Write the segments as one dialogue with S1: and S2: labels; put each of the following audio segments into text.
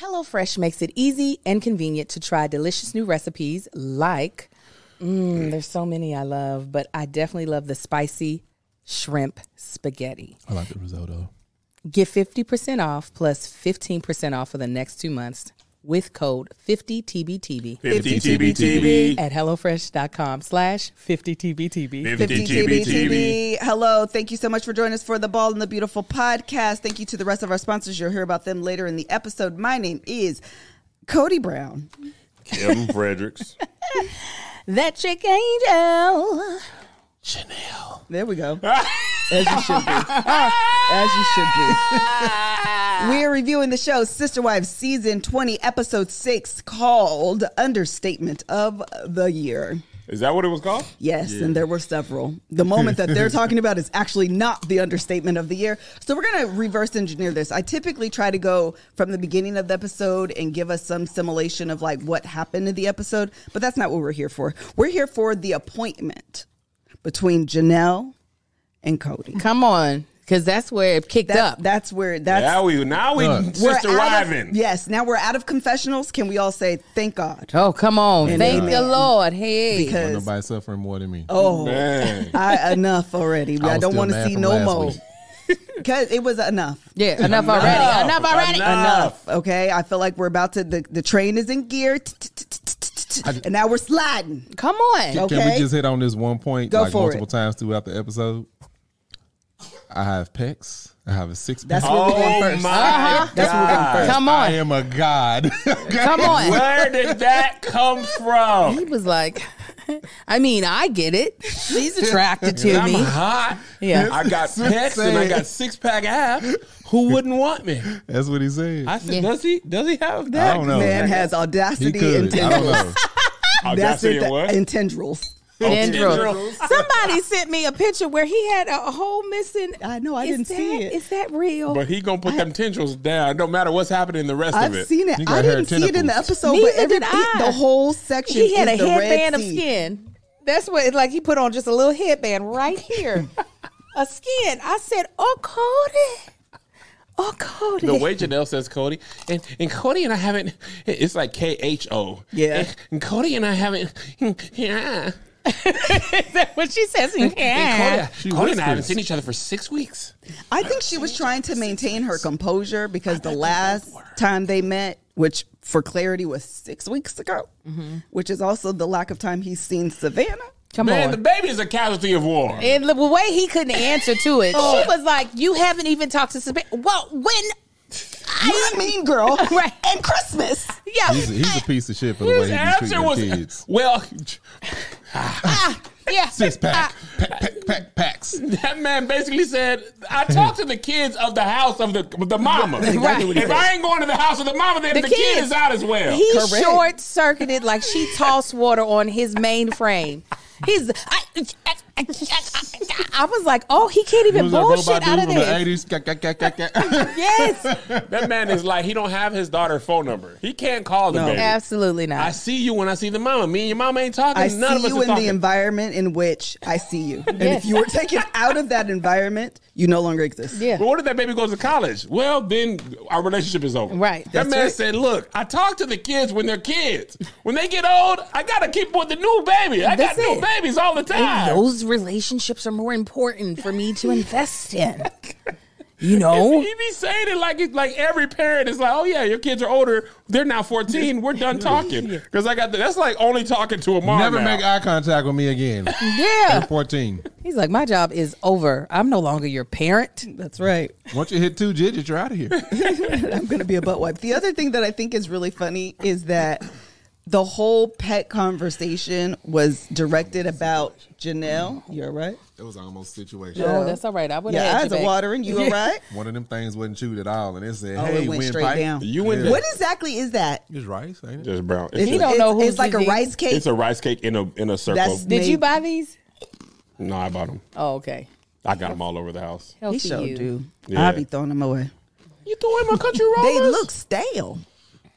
S1: HelloFresh makes it easy and convenient to try delicious new recipes like mm, there's so many I love, but I definitely love the spicy shrimp spaghetti.
S2: I like the risotto.
S1: Get 50% off plus 15% off for the next two months with code 50TBTB
S3: 50 TBTB.
S1: at HelloFresh.com slash 50TBTB.
S3: 50 TBTB.
S4: Hello. Thank you so much for joining us for the Ball and the Beautiful podcast. Thank you to the rest of our sponsors. You'll hear about them later in the episode. My name is Cody Brown.
S3: Kim Fredericks.
S1: That chick angel.
S4: There we go. As you should be. As you should be. we are reviewing the show Sister Wives Season 20, Episode 6, called Understatement of the Year.
S3: Is that what it was called?
S4: Yes, and there were several. The moment that they're talking about is actually not the understatement of the year. So we're going to reverse engineer this. I typically try to go from the beginning of the episode and give us some simulation of like what happened in the episode, but that's not what we're here for. We're here for the appointment between Janelle and Cody.
S1: Come on, because that's where it kicked
S4: That,
S1: up.
S4: that's where that's
S3: now we now we
S2: Look.
S3: sister
S4: out of-
S3: arriving.
S4: yes, now we're out of confessionals. Can we all say thank God?
S1: oh, come on.
S4: And
S1: Thank
S4: amen.
S1: the Lord. Hey.
S4: Because-
S2: Nobody suffering more than me.
S4: Oh,
S3: Man.
S4: I enough already. I,
S2: was
S4: don't
S2: still
S4: want to
S2: mad
S4: see
S2: from
S4: no
S2: last
S4: more.
S2: week.
S4: Because it was enough.
S1: yeah, enough already. Enough already.
S4: enough. Okay, I feel like we're about to. The, the train is in gear, and now we're sliding.
S1: Come on.
S4: Okay.
S2: Can we just hit on this one point
S4: Go
S2: like
S4: for
S2: multiple
S4: it.
S2: times throughout the episode? I have pecs. I have a six pack.
S4: That's where we're going
S3: Oh
S4: first.
S3: my
S4: That's where we're going
S3: God.
S1: Come
S2: I
S1: on.
S2: am a god.
S1: Come on.
S3: Where did that come from?
S1: He was like, I mean, I get it. She's attracted to
S3: I'm
S1: me.
S3: hot.
S4: Uh-huh.
S1: Yeah.
S3: I got pecs and I got six pack abs. Who wouldn't want me?
S2: That's what he said.
S3: I
S2: I,
S3: said,
S1: Yeah.
S3: does he does he have that?
S2: don't know.
S4: Man has
S2: he
S4: audacity and
S2: could. I don't
S4: tendrils.
S2: know.
S3: Oh, did I
S4: That's
S3: say
S4: it.
S3: it was?
S4: And tendrils.
S3: Oh,
S1: Dendro.
S3: Dendro.
S1: Somebody sent me a picture where he had a whole missing.
S4: I know, I
S1: Is
S4: didn't see
S1: that-
S4: it.
S1: Is that real?
S3: But he gonna put them tendrils down, no matter what's happening in the rest
S4: I've
S3: of it.
S4: seen it.
S2: You
S4: I
S2: got hair
S4: didn't see it in the
S2: tentacles.
S4: episode,
S1: Neither
S4: but every,
S1: did I.
S4: the whole section.
S1: he had a
S4: is the Red
S1: headband of
S4: Sea.
S1: skin. That's what, like, he put on just a little headband right here. a skin. I said, oh, Cody. Oh, Cody.
S3: The way Janelle says Cody, and, and Cody and I haven't, it's like K H O.
S4: Yeah.
S3: And, and Cody and I haven't, yeah.
S1: Is that what she says?
S3: And
S1: Yeah.
S3: Cody,
S2: She
S3: Cody and I haven't
S2: whispers.
S3: seen each other for six weeks.
S4: I think she was trying to maintain her composure because the last time they met, which for clarity was six weeks ago,
S1: Mm-hmm.
S4: which is also the lack of time he's seen Savannah.
S1: Come
S3: Man,
S1: on.
S3: the baby is a casualty of war.
S1: And the way he couldn't answer to it,
S3: Oh.
S1: she was like, "You haven't even talked to Sabine." Well, when
S4: You're a mean girl.
S1: Right.
S4: And Christmas.
S1: yeah,
S2: He's, he's a piece of shit for the way
S3: His
S2: he be
S3: answer
S2: treating your
S3: was,
S2: kids.
S3: well,
S1: ah, yeah,
S2: Six
S1: Ah,
S2: pack, pack, pack, pack, packs.
S3: that man basically said, I talked to the kids of the house of the, the mama.
S1: Right.
S3: If I ain't going to the house of the mama, then the,
S1: The
S3: kid
S1: kids.
S3: is out as well.
S1: he
S4: Correct.
S1: short circuited like she tossed water on his mainframe. He's, I, I, I, I- I was like, oh, he can't
S2: He
S1: even
S2: was that robot
S1: bullshit
S2: dude
S1: out of
S2: from the
S1: this.
S2: 80s. Ka- ka- ka- ka- ka.
S1: Yes,
S3: that man is like, he don't have his daughter's phone number. He can't call the baby.
S1: absolutely
S3: I
S1: not.
S3: see you when I see the mama. Me and your mama ain't talking.
S4: I
S3: None of
S4: see
S3: us
S4: you
S3: are
S4: in
S3: talking.
S4: the environment in which I see you. And
S1: Yes.
S4: if you were taken out of that environment, you no longer exist.
S1: Yeah.
S3: But what if that baby goes to college? Well, then our relationship is over.
S1: Right.
S3: That
S1: That's
S3: man
S1: right.
S3: said, look, I talk to the kids when they're kids. When they get old, I got to keep with the new baby. I
S1: That's
S3: got new
S1: it.
S3: babies all the time.
S1: Those relationships are more important for me to invest in. You know,
S3: He be saying it like it's like every parent is like, oh yeah, your kids are older. They're now 14. We're done talking. Because I got the, that's like only talking to a mom.
S2: Never
S3: now.
S2: make eye contact with me again.
S1: yeah.
S2: 14.
S1: He's like, my job is over. I'm no longer your parent.
S4: That's right.
S2: Once you hit two digits, you're out of here.
S4: I'm going to be a butt wipe. The other thing that I think is really funny is that the whole pet conversation was directed about Janelle. You're right.
S2: It was almost situation.
S1: No, Oh, that's all right. I would
S4: Your
S1: have
S4: eyes are watering. You all right?
S2: One of them things wasn't chewed at all, and it said,
S4: Oh,
S2: "Hey,
S4: it went
S2: win
S4: straight
S2: pipe."
S4: down.
S3: You and
S4: What exactly is that?
S2: It's rice, ain't it?
S3: just brown. It's,
S4: It's,
S3: a,
S1: don't
S4: it's-
S1: know who's
S4: It's like a
S1: disease.
S4: rice cake.
S3: it's a rice cake in a in a circle.
S4: That's-
S1: Did you
S4: made-
S1: buy these?
S3: no, I bought them.
S1: Oh, okay.
S3: I got them all over the house.
S4: he
S1: Healthy
S4: sure
S1: you.
S4: do.
S3: Yeah.
S4: I be throwing them away.
S3: You throwing my country rollers?
S4: They look stale.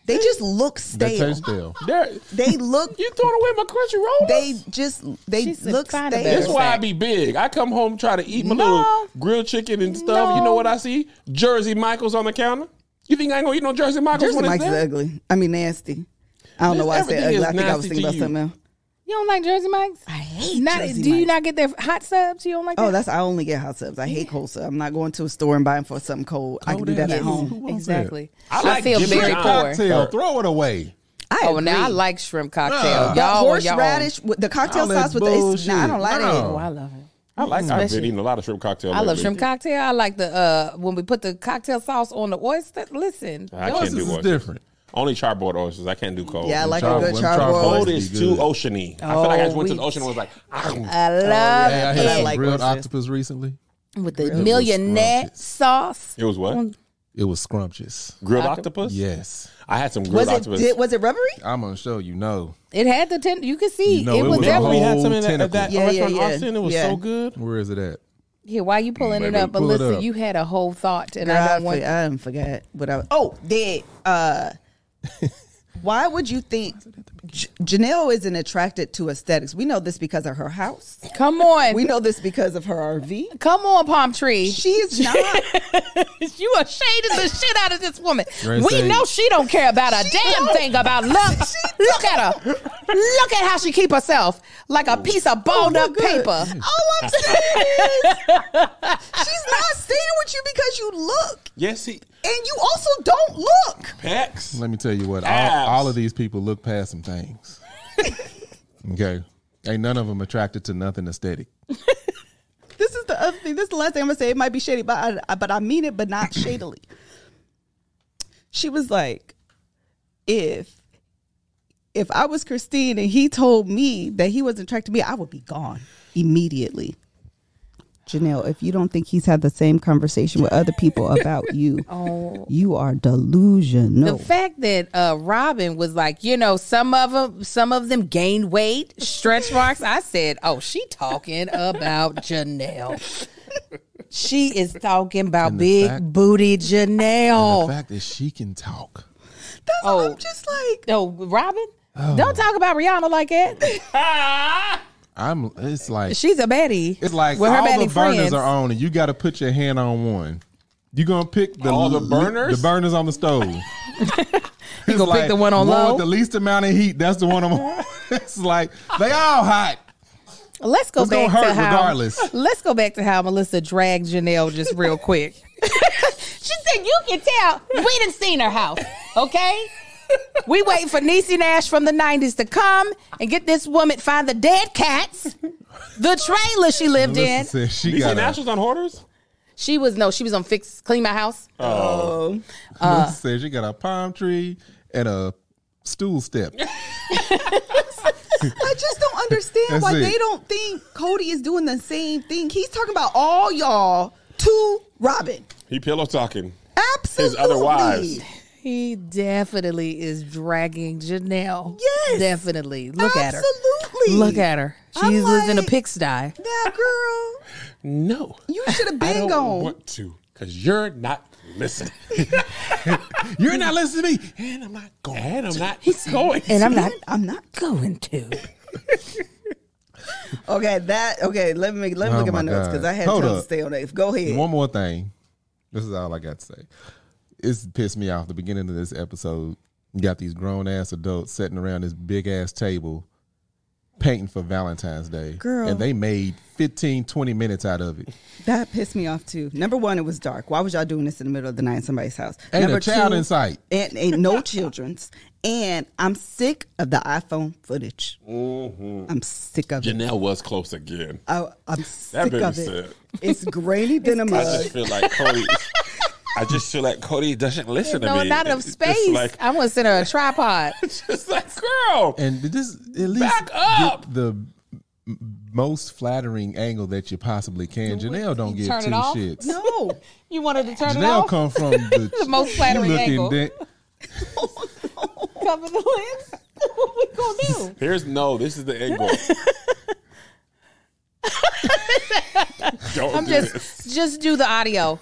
S4: They just look
S2: That
S4: stale.
S2: tastes stale.
S3: They're,
S4: They look.
S3: you throwing away my country rollers?
S4: They just. They
S1: She said,
S4: look
S1: "Find a
S4: stale.
S3: That's
S1: better
S3: why I
S1: sack.
S3: be big. I come home try to eat my
S1: No.
S3: little grilled chicken and stuff. You know
S1: No.
S3: what I see? Jersey Michaels on the counter. You think I ain't gonna eat no Jersey Michaels
S4: Jersey
S3: when
S4: Mike's
S3: it's there?
S4: ugly. I mean nasty. I don't know why I said
S3: Everything
S4: ugly.
S3: is
S4: I think I was
S3: nasty
S4: thinking
S3: to
S4: about
S3: you.
S4: something else.
S1: You don't like Jersey Mike's?
S4: I hate
S1: Not,
S4: Jersey
S1: do you
S4: Mike's.
S1: not get their hot subs? You don't like
S4: Oh,
S1: that?
S4: that's I only get hot subs. I hate cold subs. I'm not going to a store and buying for something cold. I can do that
S2: ass.
S4: at home.
S2: wants that?
S1: exactly.
S3: I like
S1: feel
S3: Jimmy
S1: very
S3: John's.
S1: poor.
S2: Cocktail, throw it away.
S4: I
S1: Oh, now I
S4: agree.
S1: like shrimp cocktail.
S2: Nah.
S4: That
S1: Y'all on y'all own.
S4: horseradish with the cocktail
S2: All that
S4: sauce with the. Nah, I don't
S2: bullshit.
S4: like
S2: No.
S4: it.
S1: Oh, I love it.
S3: I like. I've been eating a lot of shrimp cocktail.
S1: I love
S3: lately.
S1: shrimp cocktail. I like the uh when we put the cocktail sauce on the oyster. Listen,
S3: I
S1: y'all
S3: can't
S2: This
S3: do
S2: is
S3: oysters.
S2: different.
S3: Only charboiled oysters. I can't do cold.
S4: Yeah, I like a
S2: Char-
S4: good
S2: them
S4: charboiled.
S3: Cold
S2: Oysters
S3: is
S2: be
S3: too
S2: good.
S3: oceany. I feel like I just went to the
S1: Oh,
S3: ocean and was like, "Ah."
S1: I love
S2: Hey, I
S4: but
S2: had
S4: I
S2: some
S4: like
S2: grilled
S4: oysters.
S2: octopus recently.
S1: it with the
S2: was
S1: millionaire
S2: scrumptious.
S1: sauce.
S3: it was what
S2: It was scrumptious.
S3: grilled octopus.
S2: Yes,
S3: I had some grilled
S4: Was it
S3: octopus.
S4: did, was it rubbery?
S2: I'm gonna show you. No,
S1: It had the tender. You could see
S2: You know,
S1: it,
S2: it
S1: was
S2: was
S3: Remember
S1: definitely.
S3: we had
S2: whole
S3: some in that, at that
S4: tentacle. Yeah, yeah,
S3: restaurant in
S4: yeah.
S3: Austin. It was
S4: Yeah.
S3: so good.
S2: where is it at?
S1: Here, why you pulling it
S3: Baby,
S1: up,
S2: pull it
S1: Alyssa?
S2: up.
S1: You had a whole thought, and
S4: Girl,
S1: I
S4: I,
S1: don't want.
S4: for- I done forgot what I. Oh, did uh, why would you think J- Janelle isn't attracted to aesthetics? We know this because of her house.
S1: Come on,
S4: We know this because of her RV.
S1: come on, palm tree.
S4: She is not.
S1: You are shading the shit out of this woman.
S2: Grace
S1: we
S2: ain't-
S1: know she don't care about a damn thing about love. Look at her. Look at how she keep herself like a piece of balled up paper.
S4: all I'm saying is she's not staying with you because you look,
S3: Yes, he
S4: and you also don't look.
S3: packs.
S2: Let me tell you what. All,
S3: Abs.
S2: all of these people look past some things. okay, ain't none of them attracted to nothing aesthetic.
S4: This is the other thing. This is the last thing I'm gonna say. It might be shady, but I, but I mean it, but not shadily. She was like, if if I was Christine and he told me that he wasn't attracted to me, I would be gone immediately. Janelle, if you don't think he's had the same conversation with other people about you, you are delusional.
S2: Mm.
S1: The fact that uh, Robin was like, you know, some of them, some of them gained weight, stretch marks. I said, oh, she talking about Janelle. She is talking about
S2: And the
S1: big
S2: fact-
S1: booty
S4: Oh.
S2: The
S1: Janelle.
S2: fact is, she can talk.
S4: That's oh.
S1: Oh.
S4: I'm just like.
S1: No, Robin, don't talk about Rihanna like that.
S2: I'm. It's like
S1: She's a baddie.
S2: It's like
S1: with her
S2: all
S1: baddie
S2: the burners
S1: friends.
S2: are on, and you got to put your hand on one. You gonna pick the
S3: All the
S2: le-
S3: burners?
S2: the burners on the stove. you gonna
S1: pick the one on low?
S2: with the least amount of heat. That's the one I'm on. it's like they all hot.
S1: Let's go
S2: It's gonna
S1: back to
S2: hurt
S1: how.
S2: regardless.
S1: Let's go back to how Melissa dragged Janelle just real quick. she said, "You can tell we didn't seen her house, okay? We waiting for Niecy Nash from the '90s to come and get this woman, find the dead cats, the trailer she lived
S2: Melissa
S1: in.
S2: said she
S3: You see
S2: got.
S3: Nationals on hoarders.
S1: She was no, she was on fix, clean my house.
S4: Oh.
S1: Uh.
S2: Melissa said she got a palm tree and a stool step.
S4: I just don't understand
S2: That's
S4: why
S2: it.
S4: they don't think Cody is doing the same thing. He's talking about all y'all to Robin.
S3: He pillow talking.
S4: Absolutely.
S3: other wives.
S1: He definitely is dragging Janelle.
S4: Yes.
S1: definitely. Look at her.
S4: Absolutely.
S1: Look at her.
S4: I'm
S1: She's in a
S4: like-
S1: pigsty.
S4: Now, girl,
S3: No,
S4: you should have
S3: I don't
S4: been gone.
S3: want to because you're not listening,
S2: You're not listening to me, and I'm not going.
S3: and I'm not going.
S1: And I'm not
S4: I'm not.
S1: going to.
S4: Okay, that. Okay, let me let me
S2: Oh
S4: look at my
S2: my
S4: notes
S2: God.
S4: because I had
S2: Hold
S4: time to
S2: up.
S4: stay on that. Go ahead.
S2: One more thing. This is all I got to say. It's pissed me off. The beginning of this episode, you got these grown ass adults sitting around this big ass table painting for Valentine's Day.
S4: Girl.
S2: And they made 15, 20 minutes out of it.
S4: That pissed me off too. Number one, it was dark. Why was y'all doing this in the middle of the night in somebody's house?
S2: Ain't
S4: Number
S2: a child in sight.
S4: And ain't no children's. And I'm sick of the iPhone footage.
S2: Mm-hmm.
S4: I'm sick of it.
S3: Janelle was close again.
S4: I, I'm sick
S3: baby
S4: of it.
S3: said-
S4: It's grainy than a
S1: Uh,
S3: I
S4: mug.
S3: just feel like Cody. I just feel like Cody doesn't listen to
S1: No,
S3: me.
S1: not enough
S3: It's just
S1: space.
S3: Like,
S1: I'm gonna send her a tripod.
S3: it's just like, girl.
S2: And this at least
S3: Back up!
S2: get the m- most flattering angle that you possibly can. Janelle don't give two
S1: turn it off?
S2: shits.
S4: No.
S1: You wanted to turn it
S2: Janelle
S1: off?
S2: come from the,
S1: The most flattering
S2: you-looking
S1: angle.
S2: dick.
S1: Cover the lens. what we gonna do?
S3: Here's no. This is the end goal. Don't
S1: I'm
S3: do this.
S1: just just do the audio.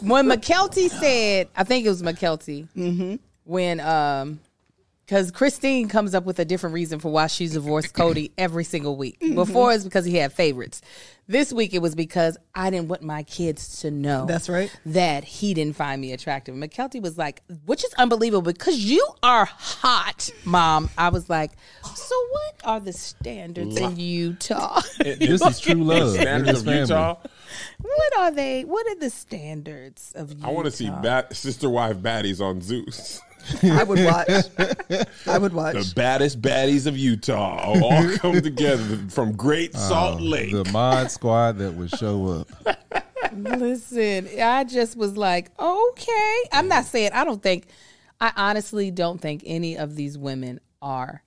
S1: when McKelty said, I think it was McKelty,
S2: Mm-hmm.
S1: when um, because Christine comes up with a different reason for why she's divorced Cody every single week.
S2: Mm-hmm.
S1: Before it's because he had favorites. This week it was because I didn't want my kids to know.
S4: That's right.
S1: That he didn't find me attractive. McKelty was like, which is unbelievable because you are hot, mom. I was like, so what are the standards in Utah?
S2: This is true love.
S3: Standards
S2: This
S3: of
S2: is family.
S3: Utah.
S1: What are they? What are the standards of you?
S3: I want to see bat, sister wife baddies on Zeus.
S4: I would watch. I would watch.
S3: The baddest baddies of Utah all come together from Great Salt Lake.
S2: Uh, The mod squad that would show up.
S1: Listen, I just was like, okay. I'm not saying I don't think. I honestly don't think any of these women are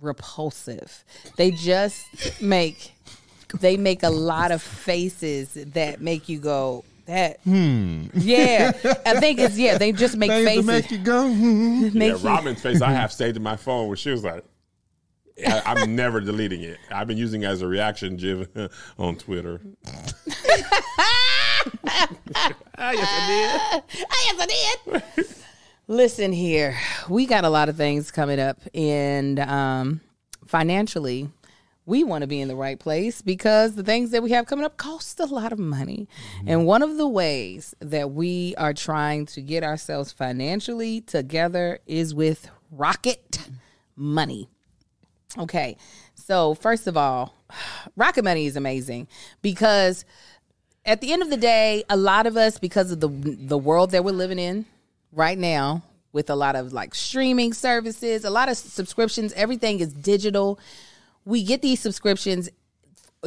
S1: repulsive. They just make they make a lot of faces that make you go that. Yeah, I think it's yeah. Hmm. They just make
S2: Things to
S1: faces.
S2: make you go. hmm.
S3: yeah,
S1: make you-
S3: Robin's face I have saved in my phone where she was like, I, I'm never deleting it. I've been using it as a reaction gif on Twitter.
S1: I yes, I did. Listen here, we got a lot of things coming up, and um, financially, we want to be in the right place because the things that we have coming up cost a lot of money. And one of the ways that we are trying to get ourselves financially together is with Rocket Money. Okay, so first of all, Rocket Money is amazing because at the end of the day, a lot of us, because of the the world that we're living in right now, with a lot of like streaming services, a lot of subscriptions, everything is digital. We get these subscriptions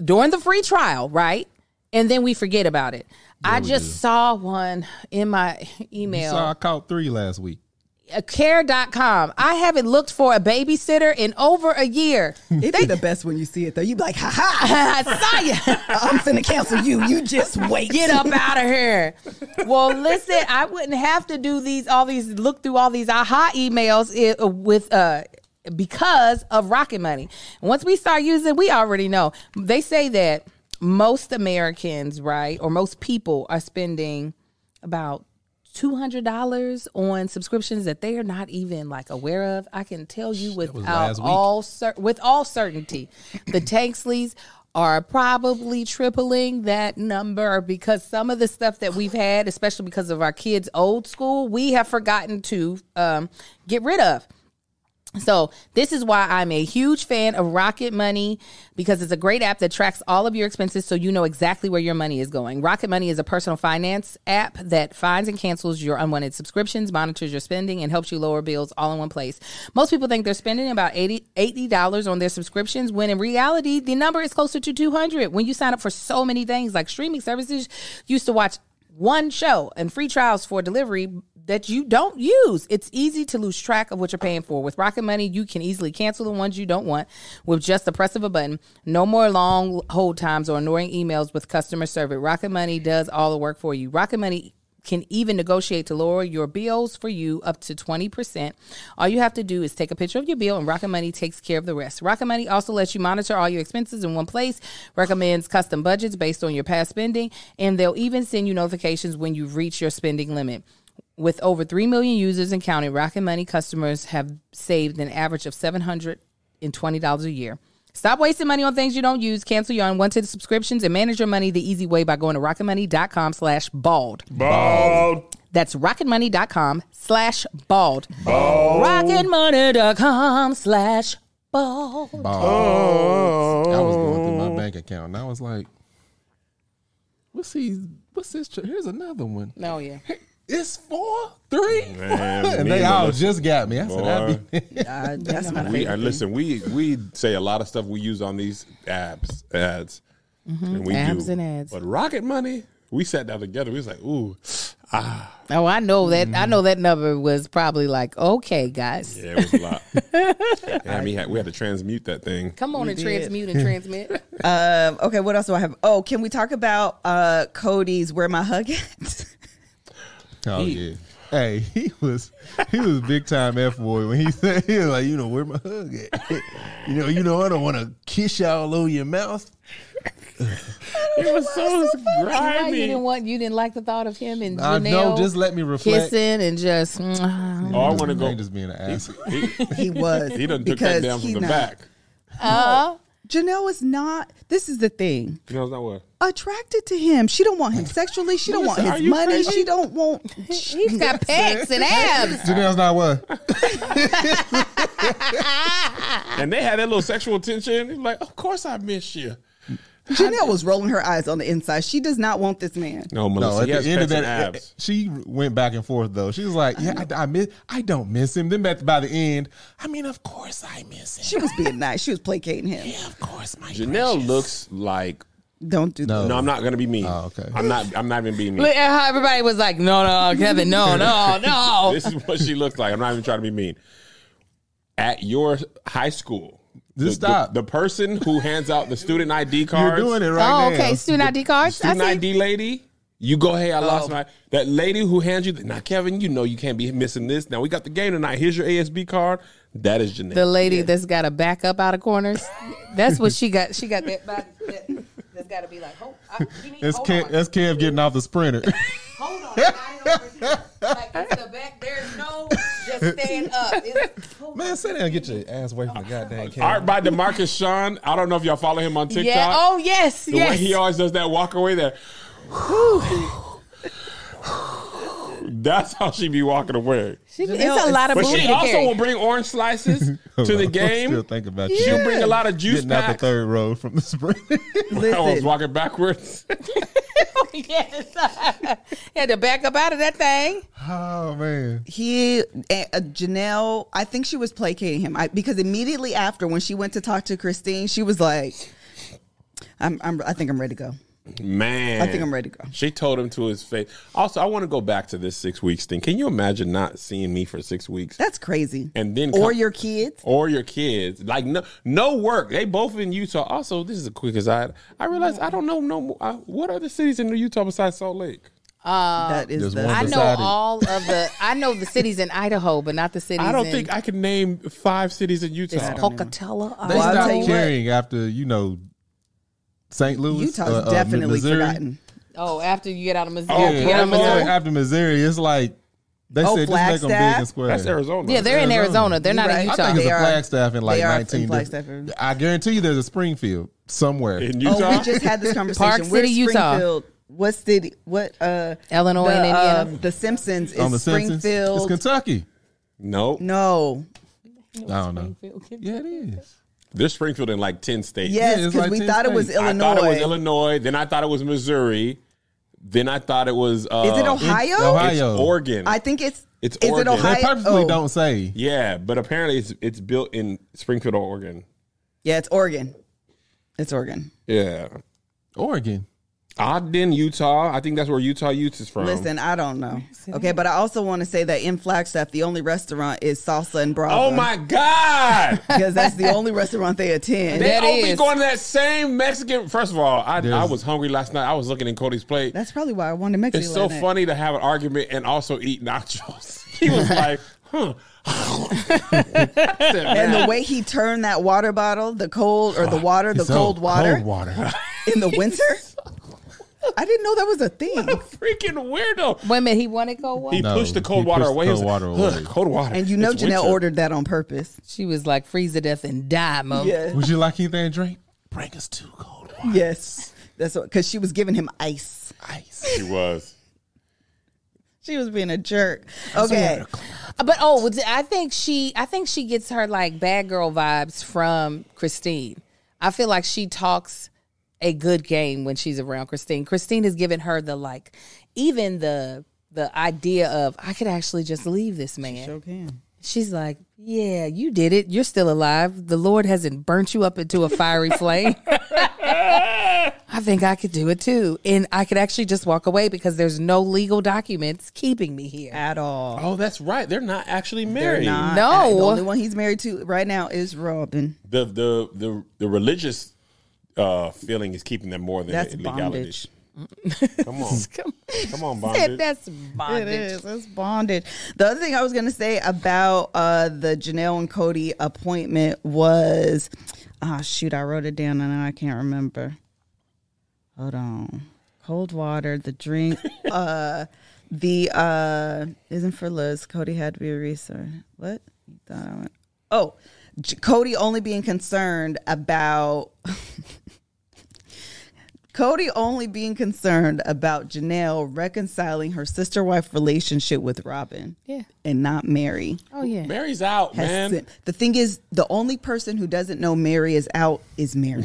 S1: during the free trial, right? And then we forget about it. I just saw one in my email
S2: So I caught three last week.
S1: uh, care.com. I haven't looked for a babysitter in over a year.
S4: It'd be the best when you see it, though. You'd be like, ha ha,
S1: I saw you.
S4: I'm finna cancel you. You just wait.
S1: Get up out of here. Well, listen, I wouldn't have to do these, all these, look through all these aha emails i- with, uh, because of Rocket Money. Once we start using, we already know. They say that most Americans, right, or most people are spending about $200 on subscriptions that they are not even like aware of. I can tell you without
S2: last week.
S1: all cer- with all certainty, the Tanksleys are probably tripling that number because some of the stuff that we've had, especially because of our kids' old school, we have forgotten to um, get rid of. So, this is why I'm a huge fan of Rocket Money because it's a great app that tracks all of your expenses so you know exactly where your money is going. Rocket Money is a personal finance app that finds and cancels your unwanted subscriptions, monitors your spending, and helps you lower bills all in one place. Most people think they're spending about 80 $80 on their subscriptions when in reality, the number is closer to 200 when you sign up for so many things like streaming services you used to watch one show and free trials for delivery that you don't use. It's easy to lose track of what you're paying for. With Rocket Money, you can easily cancel the ones you don't want with just the press of a button. No more long hold times or annoying emails with customer service. Rocket Money does all the work for you. Rocket Money can even negotiate to lower your bills for you up to 20%. All you have to do is take a picture of your bill and Rocket Money takes care of the rest. Rocket Money also lets you monitor all your expenses in one place, recommends custom budgets based on your past spending, and they'll even send you notifications when you reach your spending limit. With over 3 million users and counting, Rocket Money customers have saved an average of 700 in $20 a year. Stop wasting money on things you don't use. Cancel your unwanted subscriptions and manage your money the easy way by going to rocketmoney.com slash bald.
S3: Bald.
S1: That's rocketmoney.com slash bald. Rocketmoney.com slash bald.
S2: Balls. I was going through my bank account and I was like, what's he, what's this? tr- Here's another one.
S1: Oh, yeah.
S2: It's four, three.
S3: Man,
S2: and
S3: me
S2: they all
S3: and
S2: just got me. I said, I'd
S3: Boy.
S2: be
S4: Uh, that's my
S3: We,
S4: favorite.
S3: and listen, we we say a lot of stuff we use on these apps, ads, and we
S1: Mm-hmm. Apps
S3: do.
S1: and ads.
S3: But Rocket Money, we sat down together. We was like, ooh,
S1: Oh, I know that. I know that number was probably like, okay, guys,
S3: Yeah, it was a lot. and we had we had to transmute that thing.
S1: come on and transmute and transmit.
S4: Um, okay, what else do I have? Oh, can we talk about uh, Cody's "Where My Hug At"?
S2: Oh yeah. Hey, he was he was big time F boy when he said he was like, you know, where my hug at? you know, you know, I don't want to kiss you all over your mouth.
S3: It was so
S1: Why you
S3: grimy.
S1: didn't want? You didn't like the thought of him and
S2: I
S1: Janelle
S2: know. Just let me reflect.
S1: kissing and just. mm,
S3: Oh, I want
S2: He
S3: to go.
S2: just being an ass.
S3: He,
S4: he was
S3: he done took
S4: because
S3: that down from
S4: he
S3: the
S4: not-
S3: back.
S1: Uh,
S4: Janelle is not. This is the thing.
S3: You know, it's not what.
S4: Attracted to him, she don't want him sexually. She don't want
S3: Melissa, are
S4: his
S3: you
S4: money.
S3: crazy?
S4: She don't want.
S1: he's got pecs and abs.
S2: Janelle's not what.
S3: And they had that little sexual tension. He's like, of course I miss you.
S4: Janelle was rolling her eyes on the inside. She does not want this man.
S3: No, Melissa,
S2: No, at
S3: he has
S2: the end of
S3: pecs and
S2: that, eh,
S3: abs.
S2: she went back and forth though. She was like, "Yeah, I, I miss. I don't miss him." Then at- by the end, I mean, of course I miss him.
S4: She was being nice. She was placating him.
S2: Of course, my
S3: Janelle looks like.
S4: Don't do that.
S3: No, I'm not gonna be mean.
S2: Oh, okay.
S3: I'm not. I'm not even being mean.
S1: Look at how everybody was like, no, no, Kevin, no, no, no.
S3: This is what she looks like. I'm not even trying to be mean. At your high school,
S2: Just
S3: the,
S2: stop.
S3: The, the person who hands out the student ID
S2: You're
S3: cards,
S2: doing it right
S1: oh,
S2: now.
S1: okay. Student ID cards.
S3: student
S1: I Oh. see.
S3: ID lady. You go, hey, I lost my that lady who hands you. The, now, Kevin, you know you can't be missing this. Now we got the game tonight. Here's your ASB card. That is Janelle.
S1: The lady that's got a back up out of corners. That's what she got. She got that body. That, has got to be like, oh, I, you need,
S2: That's
S1: hold
S2: Kev,
S1: on.
S2: that's Kev getting off the sprinter.
S1: Hold on. not over here. Like, it's the back. There's no just stand up. It's, hold on.
S2: Man, sit down and get your ass away from the goddamn camera.
S3: Art by Demarcus Sean. I don't know if y'all follow him on TikTok.
S1: Yeah. Oh, yes.
S3: The way
S1: yes.
S3: he always does that walk away there. That's how she be walking away.
S1: She- it's
S4: Janelle
S1: a
S4: is
S1: lot of
S3: But
S1: booty
S3: she
S1: to
S3: also
S1: carry.
S3: will bring orange slices to the
S2: Still
S3: game.
S2: think about
S3: She'll
S2: you
S3: bring a lot of juice
S2: getting out the
S3: packs.
S2: third row from the sprinter.
S3: I was
S4: Listen,
S3: walking backwards.
S1: yes. had to back up out of that thing.
S2: oh man,
S4: he uh, uh, Janelle. I think she was placating him I, because immediately after, when she went to talk to Christine, she was like, "I'm, I'm I think I'm ready to go."
S3: Man.
S4: I think I'm ready to go.
S3: She told him to his face. Also, I want to go back to this six weeks thing. Can you imagine not seeing me for six weeks?
S4: That's crazy.
S3: And then
S4: or
S3: come-
S4: your kids.
S3: or your kids. Like no, no work. They both in Utah. Also, this is the quickest I I realized I don't know no more. I, what other cities in Utah besides Salt Lake?
S4: that is
S2: There's
S4: the,
S2: one
S1: Uh, I know
S2: Decided.
S1: all of the. I know the cities in Idaho, but not the cities.
S3: I don't
S1: in,
S3: think I can name five cities in
S1: It's
S3: Utah.
S1: Pocatello.
S2: they
S4: I'll
S1: Idaho.
S4: tell you
S2: stopped
S4: what.
S2: caring after you know St. Louis.
S4: Utah's
S2: uh, uh,
S4: definitely
S2: Missouri.
S4: forgotten.
S1: Oh, after you get out of Missouri,
S3: Oh,
S1: you get out of
S3: Provo.
S1: Missouri.
S2: After, after Missouri, it's like they
S4: Oh,
S2: said just make them big
S4: Flagstaff?
S2: and square.
S3: That's Arizona.
S1: yeah, they're in
S2: Arizona.
S1: Arizona. They're not in
S4: Right.
S2: I
S1: Utah.
S2: think it's
S4: They
S2: a
S4: are-
S2: Flagstaff in like
S4: they are in
S2: 19.
S4: Flagstaff.
S2: different- I guarantee you, there's a Springfield somewhere.
S3: in
S4: Oh,
S3: Utah.
S4: we just had this conversation.
S1: Park
S4: Where's
S1: City, Utah.
S4: Springfield? What city? What? Uh,
S1: Illinois
S4: the,
S1: and
S4: uh,
S1: Indiana.
S4: the Simpsons is
S2: on the
S4: Springfield.
S2: Simpsons, it's Kentucky.
S3: no,
S4: no.
S2: I don't know. Yeah, it is.
S3: there's Springfield in like ten states.
S4: Yes,
S2: it's
S4: because
S2: like
S4: we
S2: 10
S4: thought it was
S2: states.
S3: I
S4: Illinois.
S3: thought it was Illinois. Then I thought it was Missouri. Then I thought it was. Uh,
S4: Is it Ohio?
S2: Ohio.
S3: It's Oregon.
S4: I think it's.
S3: It's
S4: is
S3: Oregon.
S4: it Ohio?
S3: They
S2: They purposely
S4: oh,
S2: don't say.
S3: yeah, but apparently it's it's built in Springfield, Oregon.
S4: Yeah, it's Oregon. It's Oregon.
S3: Yeah,
S2: Oregon.
S3: Ogden, Utah. I think that's where Utah Utes is from.
S4: Listen, I don't know. Okay, but I also want to say that in Flagstaff, the only restaurant is Salsa and Bravo.
S3: Oh my God!
S4: Because that's the only restaurant they attend.
S3: They
S1: That
S3: all be
S1: is.
S3: going to that same Mexican. First of all, I, I
S2: There's-
S3: was hungry last night. I was looking in Cody's plate.
S4: that's probably why I wanted Mexico.
S3: It's so funny to have an argument and also eat nachos. He was like, huh.
S4: And the way he turned that water bottle, the cold or the water, the
S2: So,
S4: cold water
S2: Cold water.
S4: in the winter. I didn't know that was a thing.
S3: Freaking weirdo.
S1: Wait a minute, he wanted cold water.
S3: He
S2: No,
S3: pushed the
S2: he
S3: cold water
S2: pushed
S3: away. He
S2: cold
S3: was
S2: water
S3: like, "Ugh,
S2: away.
S3: Cold water.
S4: And you know
S3: It's
S4: Janelle
S3: winter."
S4: ordered that on purpose.
S1: she was like, freeze to death and die, mom.
S2: Would you like anything to drink? Bring us two cold water.
S4: Yes. That's what because she was giving him ice.
S2: Ice.
S3: She was.
S4: She was being a jerk. Okay.
S1: But oh, I think she, I think she gets her like bad girl vibes from Christine. I feel like she talks a good game when she's around Christine. Christine has given her the like, even the the idea of I could actually just leave this man.
S4: Okay.
S1: She's like, Yeah, you did it. You're still alive. The Lord hasn't burnt you up into a fiery flame. I think I could do it too. And I could actually just walk away because there's no legal documents keeping me here.
S4: at all.
S3: Oh, that's right. They're not actually married.
S4: Not-
S1: No.
S4: the only one he's married to right now is Robin.
S3: The the the the religious uh, feeling is keeping them more than
S4: That's
S3: the legalities.
S4: bondage.
S3: Come on, come on,
S1: Said
S3: bondage.
S1: that's
S4: It
S1: bondage.
S4: is. It's bondage. The other thing I was going to say about uh, the Janelle and Cody appointment was, ah, shoot, I wrote it down and now I can't remember. Hold on. Cold water, the drink, uh, the, uh, isn't for Liz. Cody had to be a resource. What? You thought I went. Oh, J- Cody only being concerned about Cody only being concerned about Janelle reconciling her sister wife relationship with Robin.
S1: Yeah.
S4: And not Mary.
S1: Oh yeah.
S3: Mary's out,
S4: Has
S3: man.
S4: sin- the thing is, the only person who doesn't know Mary is out is Mary.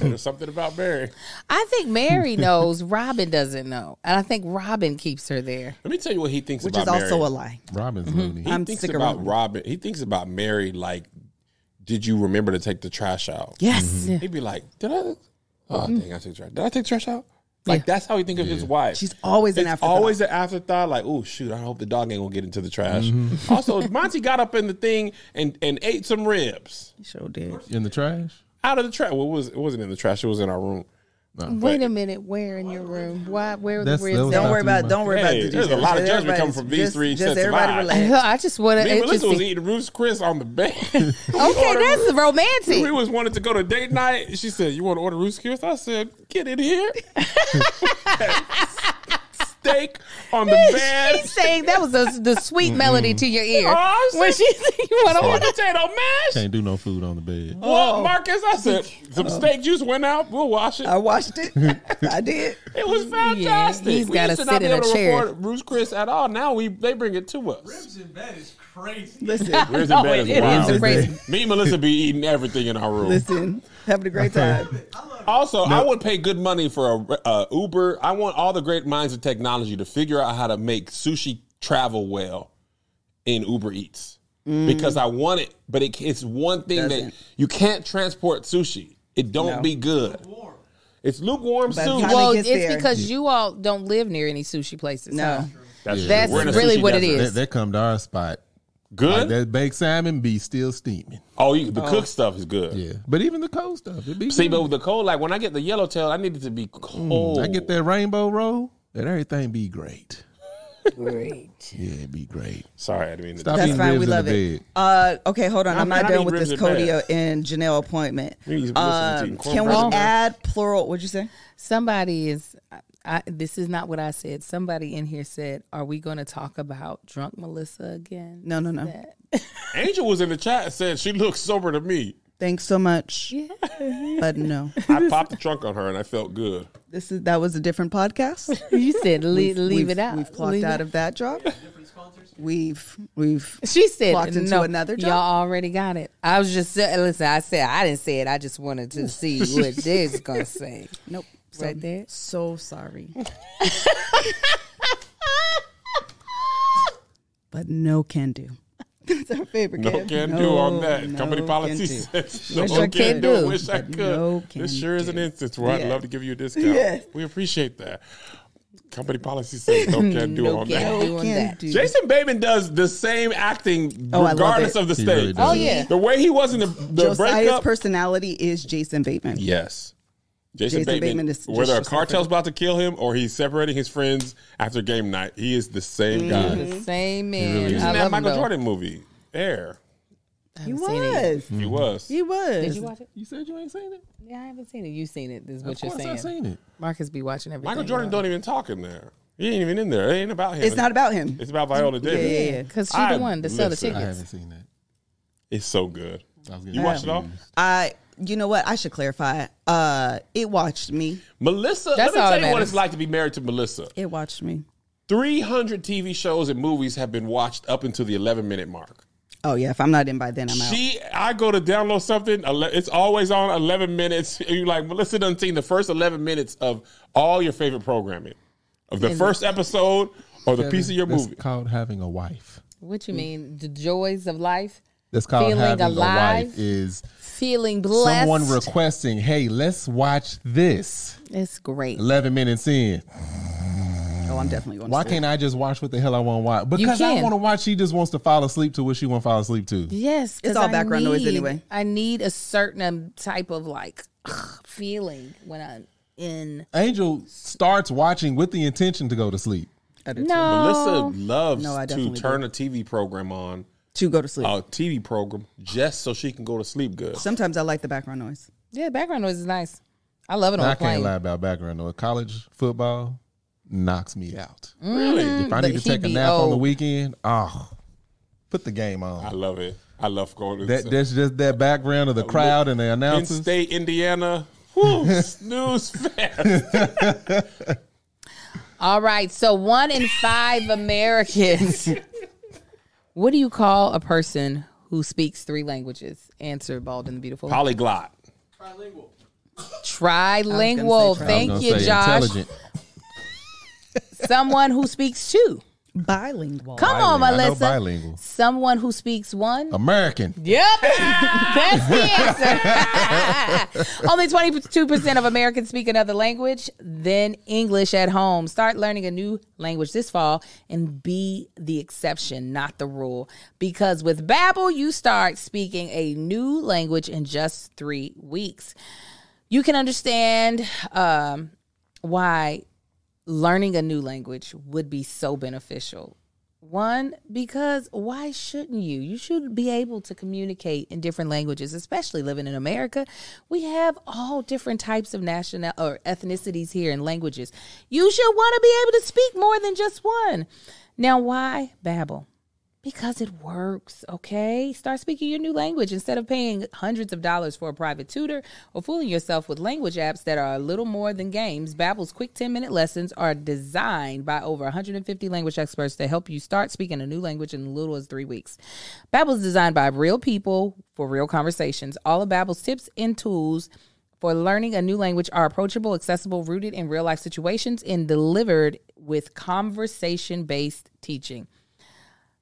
S3: There's something about Mary.
S1: I think Mary knows. Robin doesn't know, and I think Robin keeps her there.
S3: Let me tell you what he thinks
S4: which is
S3: about Mary.
S4: also a lie.
S2: Robin's
S4: Mm-hmm.
S3: He
S2: loony.
S4: I'm
S3: thinks
S4: sick of
S3: about
S4: Robin.
S3: Robin. He thinks about Mary like, did you remember to take the trash out?
S4: Yes.
S3: He'd be like, did I? Oh,
S4: Mm-hmm.
S3: dang, I took trash. Did I take trash out? Like that's how he think of his wife.
S4: She's always an
S3: It's
S4: afterthought.
S3: Always an afterthought. Like, oh shoot, I hope the dog ain't gonna get into the trash. also, Monty got up in the thing and and ate some ribs
S4: Sure did.
S2: In the trash?
S3: out of the trash. Well, it was it wasn't in the trash. It was in our room.
S1: Wait a minute. Where in your room? Why? Where are the
S2: That's-
S1: ribs?
S2: that was
S1: at?
S4: Don't worry
S2: Not
S4: about.
S2: too
S4: Don't worry about.
S3: Hey,
S4: the
S3: there's a lot of
S4: details.
S3: judgment coming
S4: Everybody's-
S3: from these
S4: just-
S3: three
S4: Just
S3: sets of eyes.
S4: everybody relax.
S1: I just want
S3: Me
S1: to.
S3: and Melissa was
S1: Okay,
S3: eating Ruth's Chris on the bed.
S1: that's romantic.
S3: we was wanted to go to date night. She said, "You want to order Ruth's Chris?" I said, "Get in here." Steak on the bed.
S1: She's saying that was a, the sweet melody to your ear.
S3: Oh,
S1: when she said you want to
S3: Sweet
S1: order.
S3: potato mash.
S2: Can't do no food on the bed.
S1: Oh.
S3: Well, Marcus, I said some steak juice went out. We'll wash it.
S4: I watched it. I did.
S3: It was fantastic.
S1: he's
S3: we
S1: gotta
S3: used to not
S1: sit
S3: be
S1: in
S3: able
S1: a
S3: to
S1: chair.
S3: afford Ruth's Chris at all. Now we they bring it to us.
S5: Ribs in bed is crazy.
S4: Listen.
S3: Ribs
S1: No, it- it is crazy.
S3: Me and Melissa be eating everything in our room.
S4: Listen. Having a great time.
S5: I love
S3: Also, I would pay good money for a uh, Uber. I want all the great minds of technology to figure out how to make sushi travel well in Uber Eats because I want it, but it, it's one thing that
S4: Doesn't.
S3: you can't transport sushi. It don't
S4: No.
S3: be good.
S5: warm.
S3: It's lukewarm
S4: But
S3: sushi.
S4: how-
S1: Well,
S4: It
S1: it's
S4: gets there.
S1: because you all don't live near any sushi places.
S4: No.
S1: huh?
S3: that's true.
S1: that's
S3: We're in a
S1: really
S3: sushi
S1: what it
S3: desert.
S1: is.
S2: That, that come to our spot. Like
S3: Good.
S2: that baked salmon be still steaming.
S3: oh, you, the cooked stuff is good.
S2: Yeah. But even the cold stuff, it be
S3: See,
S2: good.
S3: but with the cold, like when I get the yellowtail, I need it to be cold.
S2: Mm, I get that rainbow roll, and everything be great.
S1: Great.
S2: Yeah, it be great.
S3: Sorry, I didn't mean to.
S2: Stop
S4: That's
S2: eating
S4: fine.
S2: ribs
S4: We
S2: in
S4: love
S2: the
S4: it.
S2: bed.
S4: Uh, okay, hold on.
S3: Nah,
S4: I'm
S3: man,
S4: not
S3: I
S4: done
S3: need
S4: with
S3: ribs
S4: this
S3: and
S4: Cody
S3: bags.
S4: and Janelle appointment.
S3: We need-
S4: Uh,
S3: listen to eating
S4: can we
S3: cornbread.
S4: add plural? What'd you say?
S1: Somebody is. I- I, this is not what I said. Somebody in here said, "Are we going to talk about drunk Melissa again?"
S4: No, no, no.
S3: Angel was in the chat and said she looks sober to me.
S4: Thanks so much. But no,
S3: I popped the trunk on her and I felt good.
S4: this is that was a different podcast.
S1: You said le- leave
S4: We've-
S1: it out.
S4: We've clocked
S1: Leave it-
S4: out of that job. We've we've
S1: She said
S4: clocked into
S1: no,
S4: another job.
S1: Y'all already got it. I was just sa- listen. I said I didn't say it. I just wanted to see what this is gonna say.
S4: Nope. So,
S1: Right there.
S4: So sorry. but no can do. That's our favorite
S3: No
S4: game.
S3: can do on that.
S4: no
S3: Company
S4: can
S3: policy
S4: do.
S3: says
S4: Wish
S3: no
S4: I
S3: can,
S4: could.
S3: do. Wish I
S4: But
S3: could.
S4: no can
S3: this sure is an
S4: do.
S3: instance where I'd
S4: Yeah.
S3: love to give you a discount.
S4: Yeah.
S3: We appreciate that. Company policy says no can do
S1: No
S3: on
S1: can
S3: that.
S1: do. Doing
S4: Can
S1: that.
S4: do.
S3: Jason Bateman does the same acting
S4: Oh, I love
S3: regardless
S4: it.
S3: of the
S2: He
S3: stage.
S2: really does. Oh,
S1: yeah.
S3: The way he was in the, the
S4: Josiah's
S3: breakup.
S4: personality is Jason Bateman.
S3: yes. Jason,
S4: Jason
S3: Bateman,
S4: Bateman is
S3: whether a
S4: just-
S3: cartel's about to kill him or he's separating his friends after game night, he is the same
S4: Mm.
S3: guy.
S1: The same man.
S2: really
S3: He's
S2: is.
S1: I
S3: in that
S1: love him,
S3: Michael
S1: though.
S3: Jordan movie, Air.
S4: He
S1: haven't seen it.
S4: was.
S3: He was.
S4: He was.
S1: Did you watch it?
S2: You said you ain't seen it.
S1: Yeah, I haven't seen it. You've seen it. Is
S2: Of
S1: what you're
S2: course,
S1: saying.
S2: I seen it.
S1: Marcus be watching everything.
S3: Michael Jordan don't even talk in there. He ain't even in there. It ain't about him.
S4: It's not about him.
S3: It's about Viola Davis.
S4: yeah, yeah.
S1: because she
S3: I-
S1: the one to sell the
S3: listen,
S2: I
S1: tickets.
S2: haven't seen that.
S3: It's so good.
S2: I was
S3: You watched it all?
S4: I you know what? I should clarify. Uh it watched me.
S3: Melissa,
S1: That's
S3: let me
S1: all
S3: tell
S1: that
S3: you what
S1: matters.
S3: it's like to be married to Melissa.
S4: It watched me.
S3: 300 TV shows and movies have been watched up until the 11 minute mark.
S4: Oh yeah, if I'm not in by then I'm out.
S3: She, I go to download something, ele- it's always on 11 minutes. And You're like, Melissa done seen the first 11 minutes of all your favorite programming, of the first episode or the piece of your movie.
S2: It's called having a wife.
S4: Mm.
S1: What you mean? The joys of life.
S2: That's called
S1: Feeling
S2: having
S1: alive.
S2: a wife is
S1: feeling blessed.
S2: Someone requesting, hey, let's watch this.
S1: it's great.
S2: 11 minutes in.
S4: Oh, I'm definitely going.
S2: Why
S4: to
S2: can't I just watch what the hell I want to watch? Because I
S1: can.
S2: want to watch. She just wants to fall asleep to what she want to fall asleep to.
S1: Yes, 'cause
S4: It's all
S1: I
S4: background noise
S1: need-
S4: anyway.
S1: I need a certain um, type of like feeling when I'm in.
S2: Angel starts watching with the intention to go to sleep.
S3: Melissa
S1: No,
S3: loves
S4: No, I
S3: to
S4: definitely
S3: turn a TV program on,
S4: to go to sleep.
S3: a TV program, just so she can go to sleep good.
S4: Sometimes I like the background noise.
S6: Yeah, background noise is nice. I
S1: Oh,
S6: love it on
S2: Now, I
S6: a plane.
S2: can't lie about background noise. College football knocks me out.
S1: Mm,
S3: Really?
S4: Mm.
S2: If I need to
S6: But
S2: take a
S6: he be
S2: nap on the
S6: old.
S2: weekend, oh, put the game
S3: I
S2: on.
S3: love it. I love going to
S2: That that's just that background of the crowd and the
S3: Penn
S2: announcers.
S3: State, Indiana. Whew, snooze fast.
S1: All right, so one in five Americans. what do you call a person who speaks three languages? Answer Bald and the Beautiful.
S3: Polyglot.
S1: Trilingual.
S4: tri-
S1: Thank
S2: gonna
S1: you,
S2: say
S1: Josh.
S2: intelligent.
S1: Someone who speaks two.
S4: Bilingual.
S1: Come on,
S2: Bilingual. I know
S1: Melissa.
S2: bilingual.
S1: Someone who speaks one.
S2: American.
S1: Yep. That's the answer. Only 22% of Americans speak another language than English at home. Start learning a new language this fall and be the exception, not the rule. Because with Babbel, you start speaking a new language in just three weeks. You can understand um, why learning a new language would be so beneficial. One, because why shouldn't you? You should be able to communicate in different languages, especially living in America. We have all different types of national or ethnicities here and languages. You should want to be able to speak more than just one. Now, why Babbel? Because it works, okay? Start speaking your new language instead of paying hundreds of dollars for a private tutor or fooling yourself with language apps that are a little more than games. Babbel's quick 10-minute lessons are designed by over 150 language experts to help you start speaking a new language in as little as 3 weeks. Babbel's designed by real people for real conversations. All of Babbel's tips and tools for learning a new language are approachable, accessible, rooted in real-life situations and delivered with conversation-based teaching.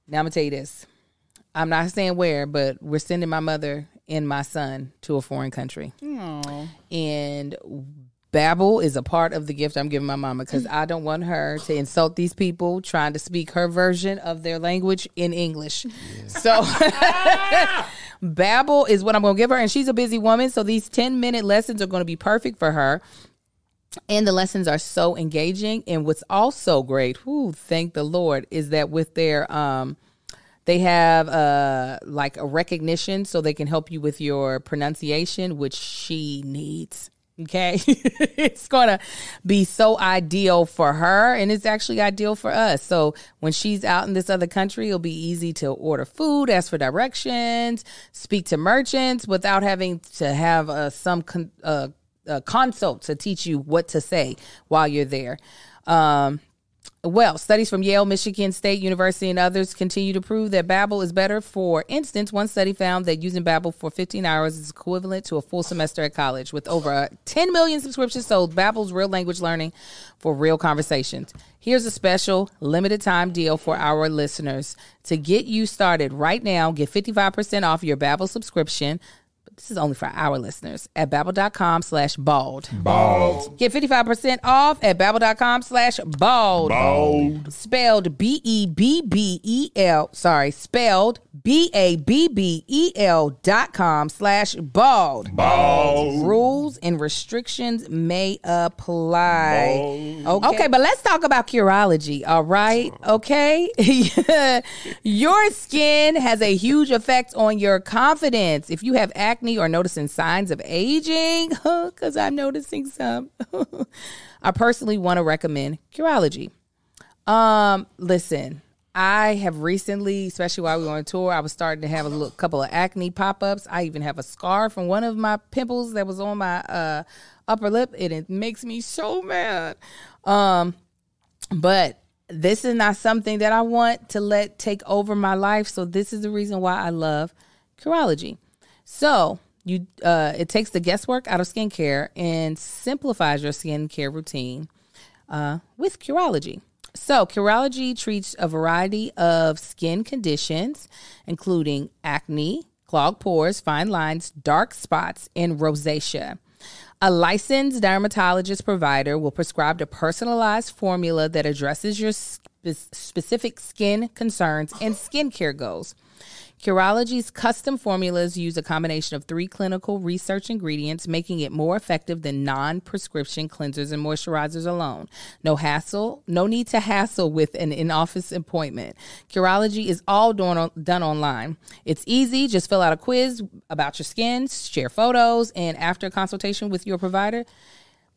S1: Now I'm gonna tell you this. I'm not saying where, but we're sending my mother and my son to a foreign country. And Babbel is a part of the gift I'm giving my mama because I don't want her to insult these people trying to speak her version of their language in English. So Babbel is what I'm gonna give her, and she's a busy woman, so these 10 minute lessons are gonna be perfect for her. And the lessons are so engaging. And what's also great, whoo, thank the Lord, is that with their um they have uh like a recognition so they can help you with your pronunciation, which she needs. Okay. it's gonna be so ideal for her and it's actually ideal for us. So when she's out in this other country, it'll be easy to order food, ask for directions, speak to merchants without having to have uh, some con- uh, uh, consult to teach you what to say while you're there. Um, well, studies from Yale, Michigan State University, and others continue to prove that Babbel is better. For instance, one study found that using Babbel for 15 hours is equivalent to a full semester at college. With over 10 million subscriptions sold, Babbel's real language learning for real conversations. Here's a special limited time deal for our listeners. To get you started right now, get 55% off your Babbel subscription. But This is only for our listeners at babbel.com slash bald. Bald. Get 55% off at babbel.com slash bald spelled B E B B E L. Sorry, spelled B A B B E L dot com slash bald. Bald. Rules and restrictions may apply. Okay. but let's talk about Curology. All right, okay. your skin has a huge effect on your confidence. If you have acne or noticing signs of aging, because I'm noticing some, I personally want to recommend Curology. Um, listen, I have recently, especially while we were on tour, I was starting to have a little, couple of acne pop ups. I even have a scar from one of my pimples that was on my uh, upper lip, and it makes me so mad. Um, but this is not something that I want to let take over my life. So this is the reason why I love Curology. So you, uh, it takes the guesswork out of skincare and simplifies your skincare routine uh, with Curology. So, Curology treats a variety of skin conditions, including acne, clogged pores, fine lines, dark spots, and rosacea. A licensed dermatologist provider will prescribe a personalized formula that addresses your spe- specific skin concerns and skincare goals. Curology's custom formulas use a combination of three clinical research ingredients, making it more effective than non prescription cleansers and moisturizers alone. No hassle, no need to hassle with an in office appointment. Curology is all done, done online. It's easy, just fill out a quiz about your skin, share photos, and after consultation with your provider,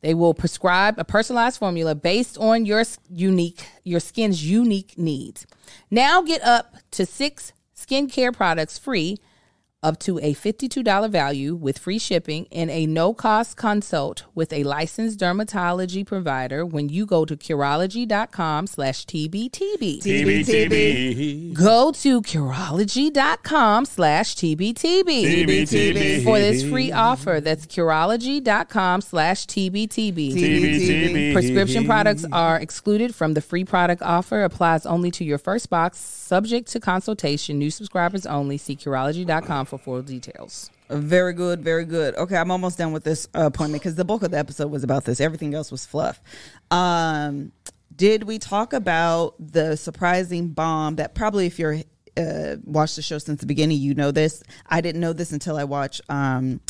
S1: they will prescribe a personalized formula based on your s- unique your skin's unique needs. Now get up to 6 skincare products free up to a $52 value with free shipping and a no-cost consult with a licensed dermatology provider when you go to curology.com slash tbtb.
S3: TBTB.
S1: Go to Curology.com slash TBTB
S3: TBTB.
S1: for this free offer. That's Curology.com slash TBTB. Prescription products are excluded from the free product offer. Applies only to your first box. Subject to consultation. New subscribers only. See Curology.com for full details.
S4: Very good, very good. Okay, I'm almost done with this uh, appointment because the bulk of the episode was about this. Everything else was fluff. Um, did we talk about the surprising bomb that probably if you're uh, watched the show since the beginning, you know this. I didn't know this until I watched um,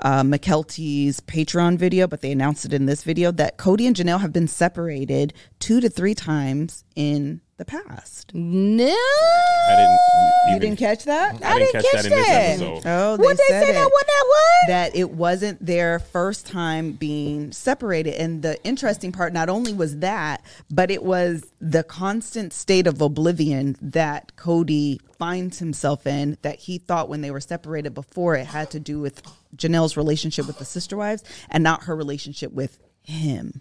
S4: uh, McKelty's Patreon video, but they announced it in this video that Cody and Janelle have been separated two to three times in the past.
S1: No.
S3: I didn't. Even,
S4: You didn't catch that?
S3: I didn't catch, that in this episode.
S4: Oh,
S1: What they
S4: said
S1: say that
S4: it
S1: what that was?
S4: that it wasn't their first time being separated. And the interesting part, not only was that, but it was the constant state of oblivion that Cody finds himself in that he thought when they were separated before it had to do with Janelle's relationship with the sister wives and not her relationship with him.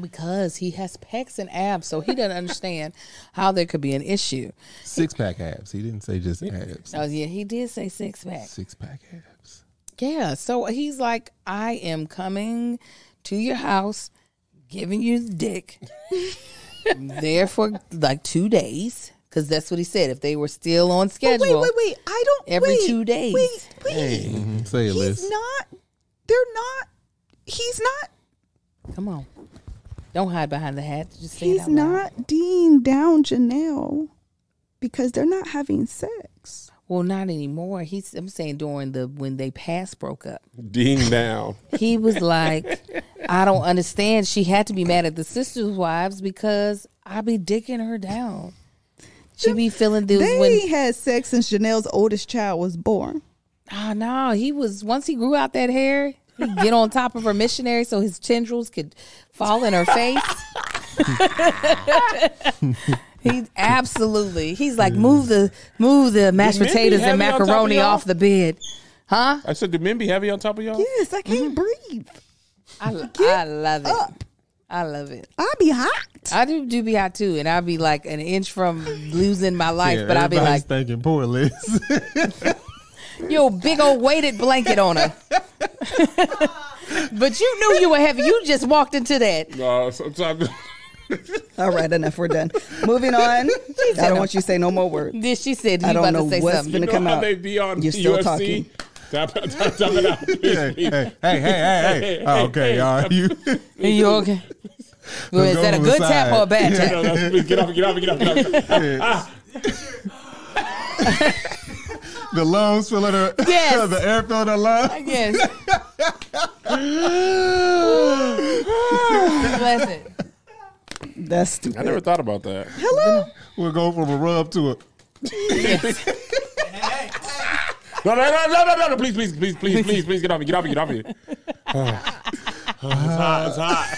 S1: Because he has pecs and abs, so he doesn't understand how there could be an issue.
S2: Six pack abs. He didn't say just abs.
S1: Oh yeah, he did say six pack.
S2: Six pack abs.
S1: Yeah. So he's like, I am coming to your house, giving you the dick. there for like two days. Cause that's what he said. If they were still on
S4: But
S1: schedule.
S4: wait, wait, wait. I don't
S1: Every
S4: wait,
S1: two days.
S4: Wait, wait.
S2: Mhm. Say it,
S4: He's
S2: Liz.
S4: not they're not he's not
S1: Come on. Don't hide behind the hat. Just say it
S7: He's
S1: out loud.
S7: not Dean down Janelle because they're not having sex.
S1: Well, not anymore. He's I'm saying during the when they past broke up.
S3: Ding down.
S1: He was like, I don't understand. She had to be mad at the sisters' wives because I be dicking her down. She be feeling this
S7: They
S1: when
S7: ain't had sex since Janelle's oldest child was born.
S1: Oh no, he was once he grew out that hair, he'd get on top of her missionary so his tendrils could fall in her face. he absolutely he's like move the move the mashed
S3: Did Mindy
S1: potatoes and
S3: have you on top of
S1: macaroni
S3: y'all?
S1: off the bed.
S3: I said, did men be heavy on top of y'all?
S7: Yes, I can't breathe.
S1: I, I love it. I love it.
S7: I be hot.
S1: I do do be hot too, and I'll be like an inch from losing my life, but I'll be like,
S2: everybody's thinking poor Liz.
S1: Yo, big old weighted blanket on her. but you knew you were heavy. You just walked into that.
S3: No, Uh, sometimes.
S4: all right, enough, we're done. Moving on. I don't want you to say no more words.
S1: Then she said, "You
S4: I don't
S1: about
S4: know
S1: to say
S4: what's
S1: something."
S4: been-
S3: You
S4: Gonna
S3: know
S4: come
S3: how
S4: out.
S3: they be on
S4: You're still
S3: UFC?
S4: talking.
S3: Tap, tap, tap, tap it out.
S2: hey, hey, hey, hey, hey. Oh, okay, all right. You,
S1: Are you okay? Well, is
S2: go
S1: that a
S2: on the
S1: good tap
S2: side.
S1: or a bad
S3: No,
S1: tap?
S3: no, that's- get off, get off, get off, get off.
S2: the lungs filling her,
S1: Yes.
S2: the air filling her lungs.
S1: Yes, bless it.
S4: That's stupid.
S3: I never thought about that.
S2: we'll go from a rub to a.
S3: No, no, no, no, no, no, no, please, please, please, please, please, please, get off me, get off me, get off me. it's hot, it's hot.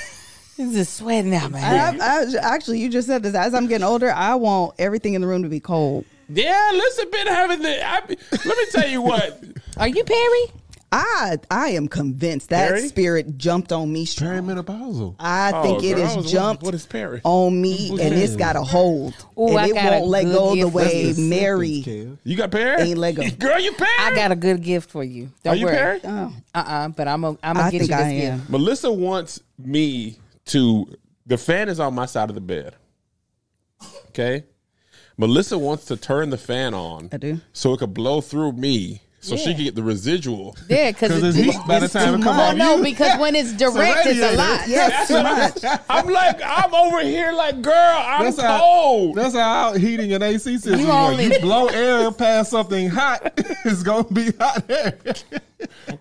S1: This is sweating out, man.
S4: I,
S7: I, actually, you just said this. As I'm getting older, I want everything in the room to be cold.
S3: Yeah, listen, been having the. I, be- let me tell you what.
S1: Are you Perry?
S4: I I am convinced that
S3: Perry?
S4: spirit jumped on me strong.
S2: Perimenopausal.
S4: I think it
S3: Oh, girl, I was
S4: has
S3: wondering,
S4: jumped
S3: what is Perry?
S4: on me and it's got a hold.
S1: Ooh,
S4: and
S1: I
S4: it
S1: got a
S4: won't let
S1: good
S4: go the
S1: gift for
S4: way
S1: you.
S4: Mary.
S3: You got Perry?
S4: Ain't let go.
S3: Girl, you Perry?
S1: I got a good gift for you. Don't
S3: Are you
S1: worry.
S3: Perry?
S4: Oh,
S1: Uh uh But I'm gonna I'm
S4: I
S1: get you
S4: think
S1: this
S4: I
S1: gift.
S4: am.
S3: Melissa wants me to. The fan is on my side of the bed. Okay. Melissa wants to turn the fan on. I
S4: do.
S3: So it could blow through me so she could get the residual.
S1: Yeah, because
S2: Because it's by the time it come
S1: Oh
S2: off
S1: no,
S2: you,
S1: because when it's direct, it's a
S2: radiator.
S1: lot.
S4: Yes, too much.
S3: I'm like, I'm over here like, girl, I'm
S2: that's how
S3: cold.
S2: that's how heating an AC system.
S1: You
S2: You,
S1: only-
S2: you blow air past something hot, it's gonna be hot air.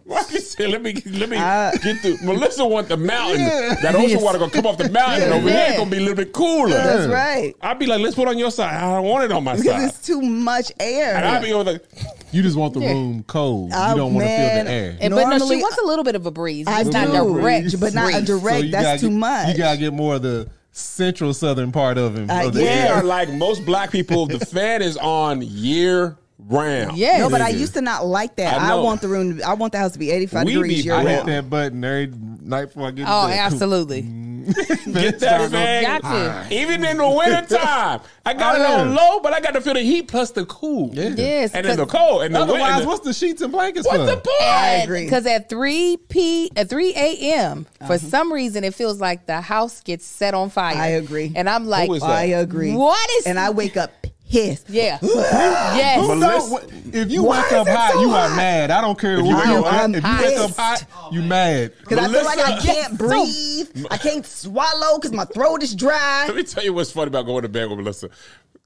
S3: Marcus said, let me let me
S4: I-
S3: get the Melissa want the mountain. That ocean water gonna come off the mountain and over here it's gonna be a little bit cooler.
S4: That's right.
S3: I'd be like, let's put it on your side. I don't want it on my
S4: Because
S3: side.
S4: it's too much air.
S3: And I'd be over like,
S2: You just want the room cold.
S4: Oh,
S2: you don't want to feel
S4: man.
S2: the air.
S1: And- but no, she
S4: Normally,
S1: wants a little bit of a breeze.
S4: I
S1: It's not
S4: do,
S1: direct,
S4: but not a
S1: breeze.
S4: direct.
S2: you
S4: that's
S2: gotta
S4: too
S2: get-
S4: much.
S2: You gotta get more of the central southern part of him.
S4: Uh,
S2: of the
S4: yeah.
S3: we
S2: air.
S3: are like most black people. The fan is on year round.
S1: Yes.
S4: No, but I
S2: Nigga.
S4: used to not like that.
S3: I
S4: I,
S3: know.
S4: want the room. I want the house to be eighty-five
S3: We
S4: degrees.
S3: be
S4: year
S2: I
S3: hot.
S4: round.
S2: hit that button every night before I get.
S1: Oh,
S2: to bed.
S1: absolutely.
S3: Get that fan.
S1: Gotcha.
S3: Even in the wintertime, I got it
S2: Oh, yeah.
S3: on low, but I got to feel the heat plus the cool.
S1: Yes.
S3: And then the cold. And the win-
S2: Otherwise,
S3: and the-
S2: what's the sheets and blankets for?
S3: what's the point?
S4: agree. Uh-huh.
S1: Because at three p at three a.m. for some reason it feels like the house gets set on fire.
S4: I agree.
S1: and I'm like,
S3: Who is that?
S4: I agree.
S1: What is-
S4: And I wake up pissed.
S1: yeah, yes,
S2: So,
S3: Melissa-
S2: what- if you
S4: Why
S2: wake
S4: is
S2: up
S4: it
S2: hot,
S4: so
S2: you
S4: hot?
S2: are mad. I don't care where
S4: I
S2: you
S4: am-
S2: are.
S4: I'm
S2: If you wake up
S4: pissed.
S2: hot, you mad.
S4: Because I feel like I
S3: Melissa-
S4: can't breathe. I can't swallow because my throat is dry.
S3: Let me tell you what's funny about going to bed with Melissa.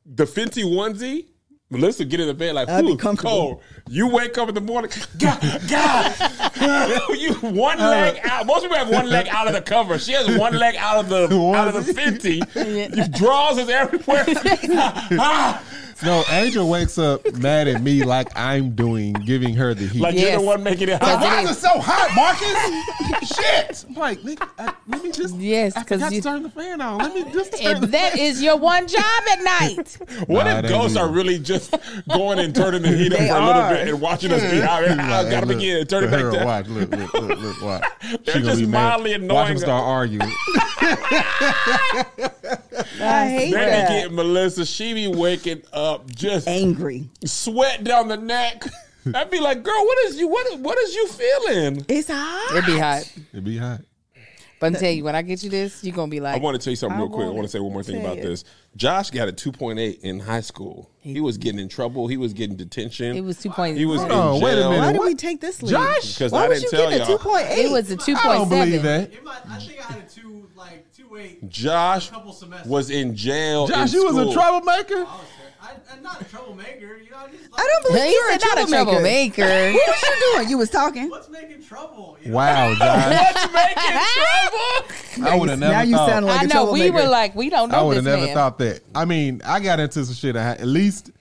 S3: The Fenty onesie, Melissa get in the bed like,
S4: I'd be
S3: ooh,
S4: comfortable.
S3: cold. You wake up in the morning, God, God. you one
S4: Uh,
S3: leg out. Most people have one leg out of the cover. She has one leg out of the out of the Fenty. Your drawers is everywhere. Ah,
S2: No, Angel wakes up mad at me like I'm doing, giving her the heat.
S3: like
S1: Yes.
S3: you're the one making it
S2: Like,
S3: hot.
S2: why is it so hot, Marcus? Shit! I'm like, nigga, I- let me just.
S1: Yes,
S2: I
S1: 'cause
S2: forgot
S1: you-
S2: to turn the fan on. Let me just turn
S1: and
S2: the
S1: that is your one job at night.
S3: What
S2: Nah,
S3: if
S2: that
S3: ghosts
S2: ain't
S3: are
S2: me.
S3: really just going and turning the heat up for
S4: They
S3: a little
S4: are.
S3: bit and watching us be out? I
S2: Like,
S3: gotta
S2: look,
S3: begin and turn it
S2: look,
S3: back
S2: her,
S3: down.
S2: Watch, look, look, look, look, watch. She
S3: They're
S2: gonna
S3: just
S2: be mad.
S3: mildly
S2: Watch
S3: annoying.
S2: them start arguing.
S4: I hate
S3: They
S4: that.
S3: be getting Melissa. She be waking up just
S4: Angry.
S3: sweat down the neck. I'd be like, girl, what is you? What what is you feeling?
S4: It's hot.
S1: It'd be hot.
S2: It'd be hot.
S1: But I tell you, when I get you this, you're gonna be
S3: I
S1: like,
S3: want to tell you something real quick. I
S4: want
S3: want to say one more thing
S4: to
S3: about
S4: say it.
S3: this. Josh got a 2.8 in high school. He was getting in trouble. He was getting detention.
S1: It was 2.8.
S3: He was
S2: Hold
S3: in
S2: on,
S3: jail.
S2: wait a minute.
S4: Why do
S2: What?
S4: we take this lead?
S2: Josh?
S3: Because
S4: Why
S3: I
S4: would
S3: didn't
S4: you
S3: tell
S4: get a
S3: y'all.
S4: two point eight?
S1: it was a two
S2: I
S1: point
S2: don't believe
S1: seven.
S2: that.
S8: In my, I think I had a two like two eight.
S3: Josh
S8: couple semesters.
S3: was in jail.
S2: Josh,
S3: in
S2: you was a
S3: school.
S2: troublemaker.
S8: I was there. I, I'm not a troublemaker. You know, I just like,
S4: I don't believe
S1: He
S4: you're a
S1: said not a
S4: troublemaker.
S1: troublemaker.
S4: What was you doing? You was talking.
S8: what's making trouble. You know?
S2: Wow, Josh.
S3: What's making trouble?
S2: I would have never
S4: now you
S2: thought.
S4: sound like
S1: I
S4: a
S1: know we
S4: troublemaker.
S1: were like, we don't
S2: I
S1: know this
S2: would have never
S1: man.
S2: thought that. I mean, I got into some shit. I had, at least,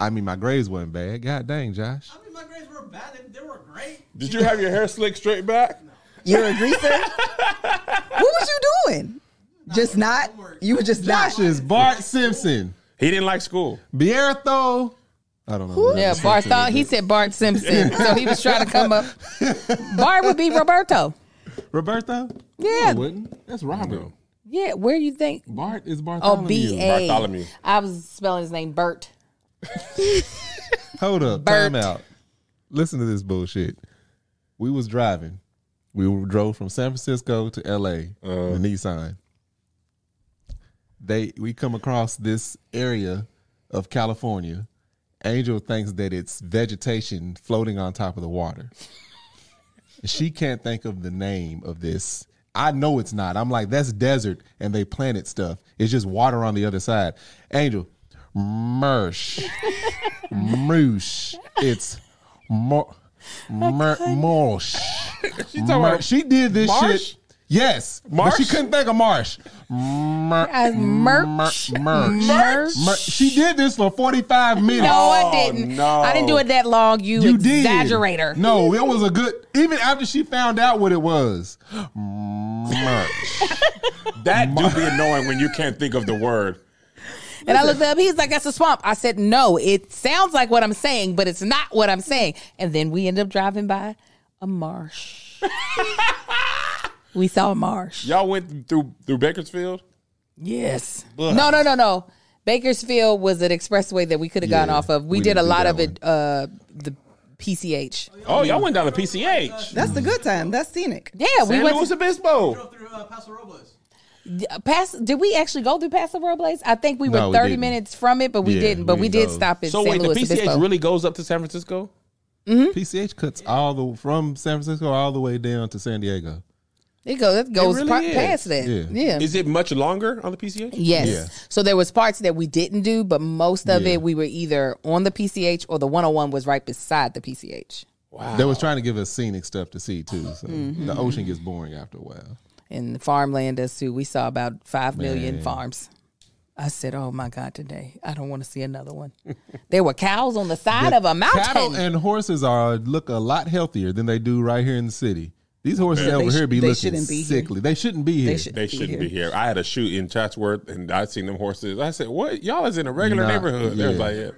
S2: I mean, my grades wasn't bad. God dang, Josh.
S8: I mean, my grades were bad. They, they were great.
S3: Did you have your hair slicked straight back?
S4: You're a greaser. what was you doing? Just not. You were just
S2: Josh
S4: not.
S2: is Bart Simpson.
S3: He didn't like school.
S2: Biertho. I don't know. who that
S1: Yeah,
S2: is.
S1: Bart thought he said Bart Simpson, so he was trying to come up. Bart would be Roberto.
S2: Roberto.
S1: Yeah.
S2: No, it wouldn't. That's Robert.
S3: No.
S1: Yeah, where you think?
S2: Bart is
S1: Oh,
S2: Bartholomew.
S1: B
S3: Bartholomew.
S1: A. I was spelling his name Bert.
S2: Hold up.
S1: Bert.
S2: Time out. Listen to this bullshit. We was driving. We drove from San Francisco to L.A. in the Nissan. They we come across this area of California. Angel thinks that it's vegetation floating on top of the water. She can't think of the name of this. I know it's not. I'm like, that's desert, and they planted stuff. It's just water on the other side. Angel, mersh, moosh. It's mor, mer, morsh. She,
S3: about
S2: she did this
S3: marsh?
S2: shit. Yes, but she
S3: Marsh?
S2: couldn't think of marsh. Mer,
S1: As merch.
S2: Mm, mer- merch.
S1: Merch.
S2: Mer- she did this for 45 minutes.
S1: No, I didn't.
S3: no.
S1: I didn't do it that long. You,
S2: You did.
S1: exaggerator.
S2: No, it was a good. Even after she found out what it was, merch.
S3: That do be annoying when you can't think of the word.
S1: And I looked up. He's like, "That's a swamp." I said, "No, it sounds like what I'm saying, but it's not what I'm saying." And then we end up driving by a marsh. we saw a marsh.
S3: Y'all went through through Bakersfield.
S1: Yes. No, no, no, no. Bakersfield was an expressway that we could have gone
S2: Yeah,
S1: off of. We,
S2: we
S1: did a
S2: didn't do
S1: lot
S2: that
S1: of it. Uh, the PCH.
S3: Oh, y'all went down to PCH.
S4: That's the good time. That's scenic.
S1: Yeah, we
S3: San
S1: went.
S3: Luis
S1: to-
S3: Obispo.
S8: Drove through uh, Paso Robles.
S1: Pass. Did we actually go through Paso Robles? I think we were
S2: No, we
S1: thirty
S2: didn't.
S1: minutes from it, but we
S2: Yeah,
S1: didn't. But
S2: we
S1: we, did
S2: didn't go.
S1: stop at
S3: So
S1: San
S3: wait, the
S1: Luis Obispo.
S3: PCH really goes up to San Francisco?
S2: PCH cuts all the from San Francisco all the way down to San Diego.
S1: it goes. It goes
S3: really
S1: par-
S3: is.
S1: past that.
S2: Yeah.
S1: yeah.
S3: Is it much longer on the PCH?
S1: Yes.
S2: Yeah.
S1: So there was parts that we didn't do, but most of
S2: Yeah.
S1: it we were either on the PCH or the 101 was right beside the PCH.
S2: They was trying to give us scenic stuff to see too. So
S4: Mm-hmm.
S2: the ocean gets boring after a while.
S1: And the farmland does too. We saw about five million
S2: Man.
S1: farms. I said, "Oh my God, today I don't want to see another one." there were cows on the side of a mountain.
S2: Cattle and horses are look a lot healthier than they do right here in the city. These horses over
S4: sh-
S2: here be
S4: they
S2: looking
S4: shouldn't be here.
S2: sickly. They shouldn't be here.
S4: should-
S3: They
S4: Be
S3: shouldn't
S4: here.
S3: be here. I had a shoot in Chatsworth, and I seen them horses. I said, "What? Y'all is in a regular
S2: Nah,
S3: neighborhood?" They was
S2: yeah.
S3: like, yeah.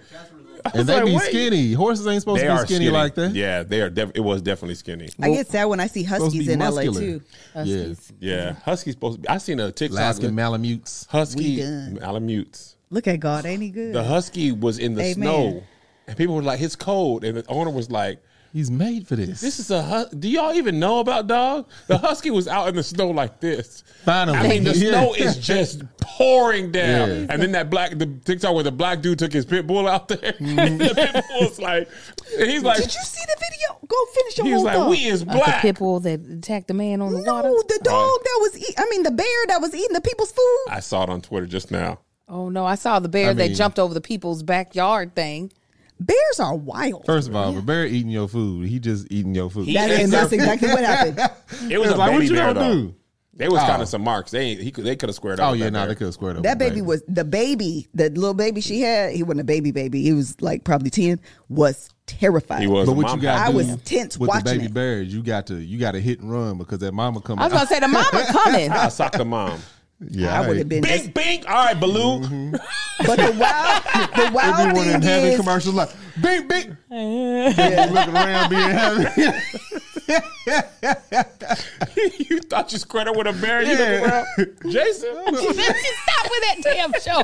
S3: I was
S2: and they
S3: like,
S2: be
S3: "What?"
S2: skinny. Horses ain't supposed to be skinny, like that.
S3: Yeah, they are. Def- it was definitely skinny.
S4: I get sad when I see
S2: Supposed to
S4: huskies
S2: be
S4: in
S2: muscular.
S4: LA too.
S2: Huskies.
S3: Yeah, husky's supposed to be. I seen a TikTok.
S2: Alaskan
S3: with
S2: Malamutes.
S3: husky
S4: We done.
S3: Malamutes.
S4: Look at God, ain't he good?
S3: The husky was in the
S4: Amen.
S3: snow, and people were like, "It's cold," and the owner was like.
S2: He's made for this.
S3: This is a. Hus- Do y'all even know about dog? The husky was out in the snow like this.
S2: Finally.
S3: I mean, the
S2: Yeah.
S3: snow is just pouring down,
S2: Yeah.
S3: and then that black the TikTok where the black dude took his pit bull out there. and the pit
S2: Mm-hmm.
S3: bull's like, and he's like,
S4: Did you see the video? Go finish your
S3: he was
S4: whole
S3: like,
S4: thought.
S3: we is
S1: Like
S3: black.
S1: The pit bull that attacked the man on the water.
S4: No, the dog that was eat, I mean the bear that was eating the people's food.
S3: I saw it on Twitter just now.
S1: Oh no, I saw the bear
S2: I
S1: that
S2: mean-
S1: jumped over the people's backyard thing.
S4: Bears are wild.
S2: First of all, the bear eating your food. He just eating your food.
S4: That- and that's exactly what happened.
S3: It was
S2: It's
S3: a
S2: like,
S3: baby
S2: what you
S3: bear
S2: gonna
S3: though.
S2: do?
S3: They was
S2: Oh.
S3: kind of some marks. They ain't- he could they could have squared up.
S2: Oh
S3: with
S2: yeah, no,
S3: bear.
S2: they could have squared up.
S4: That
S2: with the
S4: baby was the baby, the little baby she had. He wasn't a baby baby. He was like probably ten. Was terrified.
S3: He was.
S2: But
S3: a
S2: what
S3: mom
S2: you got?
S4: I
S3: pack.
S4: was tense
S2: with
S4: watching
S2: the baby
S4: it.
S2: bears. You got to you got to hit and run because that mama coming.
S1: I was gonna say the mama coming.
S3: I socked the mom.
S2: yeah,
S4: I would have been.
S3: Bink, bink. All right, Baloo.
S2: Mm-hmm.
S4: But the wild, the wild
S2: Everyone in
S4: thing
S2: heavy
S4: is,
S2: commercials like big big. looking around being happy.
S3: you thought you squared up with a bear? You
S2: Yeah.
S3: look around, Jason.
S1: Stop with that damn show.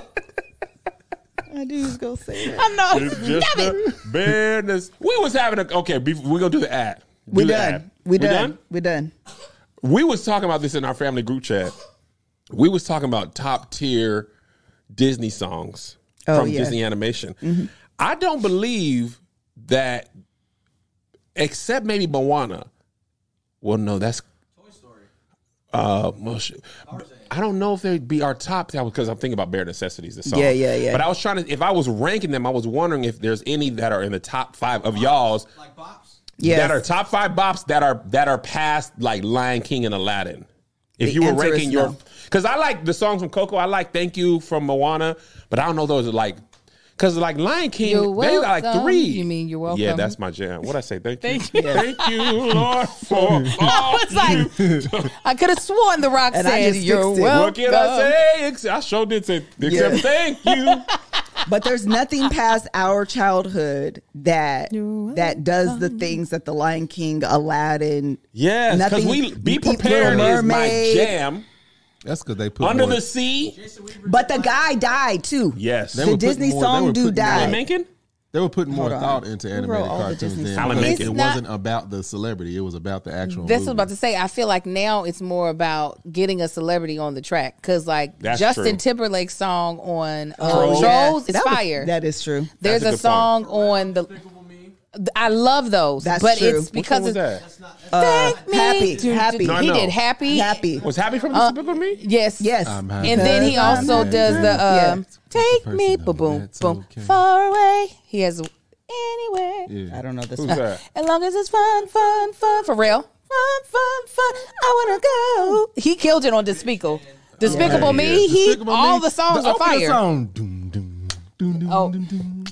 S4: I knew he was gonna say that.
S1: I know.
S3: It's just
S1: Stop it.
S3: the bareness. We was having a okay. bef- We're gonna do the ad. Do
S4: We
S3: the
S4: done.
S3: ad.
S4: We done. We done.
S3: We was talking about this in our family group chat. We was talking about top tier Disney songs
S4: Oh,
S3: from
S4: yeah.
S3: Disney Animation. I don't believe that, except maybe Moana. Well, no, that's uh, well, sh- I don't know if they'd be our top because I'm thinking about bare necessities. The song,
S4: Yeah, yeah, yeah.
S3: But I was trying to, if I was ranking them, I was wondering if there's any that are in the top five of y'all's
S8: Like bops.
S4: Yes.
S3: that are top five bops that are that are past like Lion King and Aladdin. If
S4: The
S3: you were
S4: answer is
S3: ranking your,
S4: no.
S3: because I like the songs from Coco, I like Thank You from Moana, but I don't know those are like. Cause like Lion King,
S1: You're
S3: they got like
S1: welcome.
S3: three.
S1: You mean you're welcome.
S3: Yeah, that's my jam. What I say? Thank,
S1: Thank
S3: you, thank you, Lord, for all
S1: It's like I could have sworn The Rock
S4: And I
S1: said,
S4: just
S1: "You're
S4: fixed it.
S1: welcome."
S3: What can I say? Ex- I sure did say, except
S4: Yeah.
S3: thank you.
S4: But there's nothing past our childhood that that does the things that the Lion King, Aladdin,
S3: Yes, because
S4: Nothing-
S3: we be
S4: Eat Little
S3: prepared is my
S4: Mermaid.
S3: jam.
S2: That's because they put
S3: Under
S2: more,
S3: the sea,
S4: but the guy died too.
S3: yes.
S2: They were
S4: The Disney
S2: putting more- they
S4: song
S2: were
S4: dude
S2: putting more-
S4: died.
S3: Alan Menken.
S2: They were putting more
S4: Hold on.
S2: thought into
S4: Who
S2: animated
S4: wrote all the
S2: cartoons
S4: Disney
S2: then.
S4: songs?
S3: Alan
S2: because
S3: Menken.
S2: It
S1: It's not-
S2: wasn't about the celebrity; it was about the actual.
S1: That's what I was
S2: movie.
S1: about to say. I feel like now it's more about getting a celebrity on the track because, like
S3: That's
S1: Justin
S3: true.
S1: Timberlake's song on uh,
S3: Trolls.
S1: Trolls,
S4: Yes,
S1: is
S4: Oh, that was-
S1: fire.
S4: that is true.
S1: There's
S3: That's a
S1: a,
S3: good
S1: song on the. I love those,
S4: That's
S1: but
S4: true.
S1: it's
S4: Which
S1: because
S4: one
S3: was
S1: it's
S3: that?
S1: Take me
S4: Happy,
S1: to-
S4: happy.
S3: No, I
S1: He
S3: know.
S1: did happy,
S4: Happy.
S3: Was Happy from
S1: Uh,
S3: the Super Me?
S1: Yes,
S4: Yes.
S2: I'm happy.
S1: And then he
S4: Because
S1: also
S4: I'm
S1: does the
S4: happy.
S1: uh,
S4: Yeah.
S1: "Take
S2: person
S1: Me,"
S2: that
S1: boom, boom,
S2: that's
S1: boom,
S2: okay.
S1: far away. He has anywhere.
S4: I don't know this
S3: Who's
S4: one.
S3: that?
S1: As long as it's fun, fun, fun for real. Fun, fun, fun. I wanna go. He killed it on Despicable. Despicable Me. He
S2: Despicable
S1: all
S2: Me,
S1: the songs are
S2: opening
S1: fire.
S2: Song, doom, doom, doom, doom,
S1: Oh.
S2: doom, doom.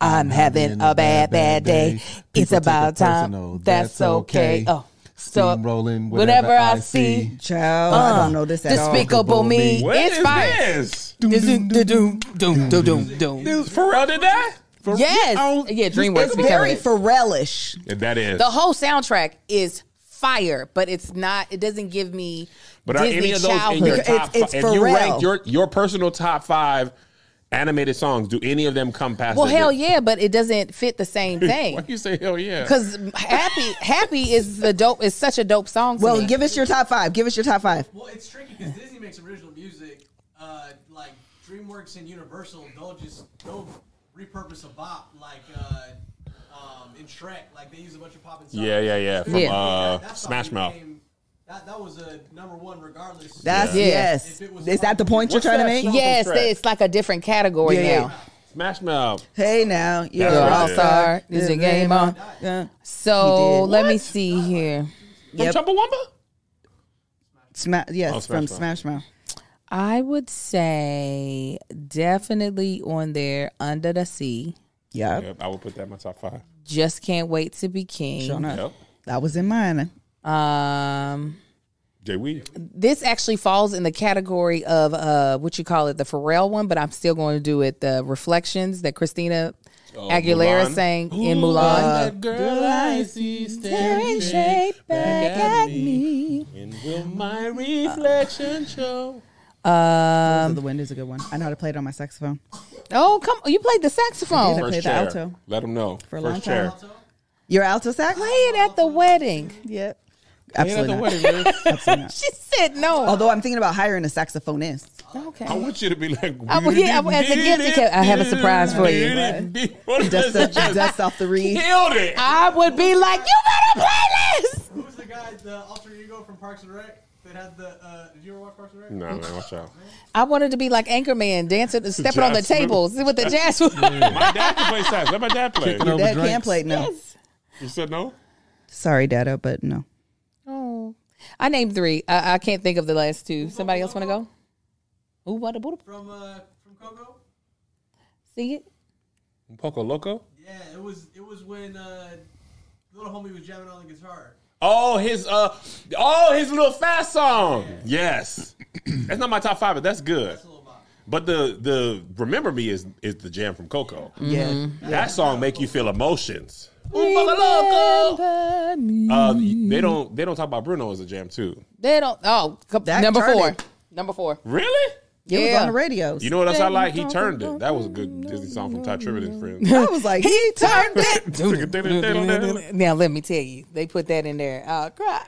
S1: I'm having a bad, bad day. It's
S2: People take
S1: about
S2: it
S1: time.
S2: personal.
S1: That's
S2: That's
S1: okay.
S2: okay.
S1: Oh, so
S2: Steamrolling
S1: whenever I see. Uh,
S4: Child, I don't know Uh, this at all.
S1: Despicable Me.
S3: What
S1: it's
S3: is
S1: fire.
S3: this?
S1: Doom, doom, doom, doom, doom, doom, doom.
S3: Pharrell did that?
S1: Yes. Yeah, DreamWorks be covering
S4: Very
S1: it.
S4: Pharrellish.
S3: that is.
S1: The whole soundtrack is fire, but it's not. It doesn't give me.
S3: but are
S1: Disney
S3: any of those in
S1: childhood.
S3: your
S4: It's-
S3: top
S4: it's
S3: five? If you
S4: Pharrell.
S3: rank your, your personal top five animated songs, do any of them come past?
S1: Well,
S3: the-
S1: hell yeah, but it doesn't fit the same
S3: Why
S1: thing.
S3: you say hell yeah?
S1: Because happy, happy is the dope. Is such a dope song. To
S4: Well,
S1: me.
S4: give us your top five. Give us your top five.
S8: Well, it's tricky because Disney makes original music. Uh, like DreamWorks and Universal, they'll just they'll repurpose a bop like uh, um, in Shrek. Like they use a bunch of pop and songs.
S3: yeah, yeah, yeah. From
S1: Yeah.
S3: Uh,
S8: That's how
S3: Smash
S8: they
S3: Mouth.
S8: became- That, that was a number one regardless.
S4: That's
S1: Yeah.
S4: yes.
S8: If it was
S4: Is that the point you're
S3: What's
S4: trying to
S3: that
S4: make?
S3: song?
S1: yes,
S3: Track.
S1: it's like a different category
S4: Yeah.
S1: now.
S3: Smash Mouth.
S4: Hey now, you're
S3: what it
S4: all
S3: is.
S4: star.
S1: Is the game on?
S4: Yeah. He
S1: So
S4: did.
S1: let me see here.
S4: Yep.
S3: From Chumbawamba?
S4: Sma- yes,
S3: Oh,
S4: from
S3: Smash Mouth.
S4: Smash Mouth.
S1: I would say definitely on there, Under the Sea.
S4: Yep.
S3: Yep, I will put that in my top five.
S1: Just can't wait to be
S4: Sure
S1: king.
S4: enough.
S3: Yep.
S4: That was in mine.
S1: Um,
S3: Jay Weed.
S1: this actually falls in the category of uh, what you call it, the Pharrell one, but I'm still going to do it. The reflections that Christina Aguilera
S3: Mulan.
S1: sang in Oh, Mulan.
S3: that girl I see staring straight back at me. Uh, And will my reflection show?
S4: so the wind is a good one. I know how to play it on my saxophone.
S1: oh, come! You played the saxophone.
S4: Play the alto.
S3: Let them know.
S4: a
S3: First
S4: long
S3: chair.
S4: Your alto sax?
S1: Play it at the wedding.
S4: Yep.
S3: Ain't that
S4: Absolutely
S3: the
S4: not.
S3: wedding, man?
S4: Absolutely not.
S1: She said no.
S4: Although I'm thinking about hiring a saxophonist.
S1: Okay.
S3: I want you to be like,
S1: I want- yeah, I want- as a gift, you can- I have a surprise for you.
S3: What is
S4: Dust,
S3: that?
S4: up,
S3: Just
S4: dust off the reed.
S3: Killed it.
S1: I would be like, you better play this.
S8: Who's the guy, the alter ego from Parks and Rec that had the? Uh, did you ever watch Parks and Rec?
S3: No, man, watch out.
S1: I wanted to be like Anchorman, dancing, stepping on the
S3: Jasmine.
S1: tables with the jazz.
S3: My dad can play sax. Let my dad play.
S2: Kicking over
S4: Dad
S2: drinks.
S4: can't play. No.
S3: You said no?
S4: Sorry, Dada, but no.
S1: oh, I named three. I, I can't think of the last two. Somebody else want to go? Ooh, what a Buddha.
S8: From uh, from Coco.
S1: See it?
S3: Poco Loco?
S8: Yeah, it was it was when uh, little homie was jamming on the guitar.
S3: Oh, his uh, oh, his little fast song. Yes, that's not my top five, but that's good. But the the remember me is is the jam from Coco.
S4: Yeah.
S3: That song make you feel emotions. Ooh, Poco Loco. Uh, they don't they don't talk about Bruno as a jam too.
S1: They don't. Oh, co-
S4: That
S1: number
S4: turned
S1: four.
S4: it.
S1: Number four.
S3: Really?
S4: It was
S1: Yeah.
S4: on the radio.
S3: You know what else I like? He turned it. That was a good Disney song from Ty Tribbett and friends.
S4: I was like, he turned it.
S1: Now let me tell you, they put that in there. Uh, cry.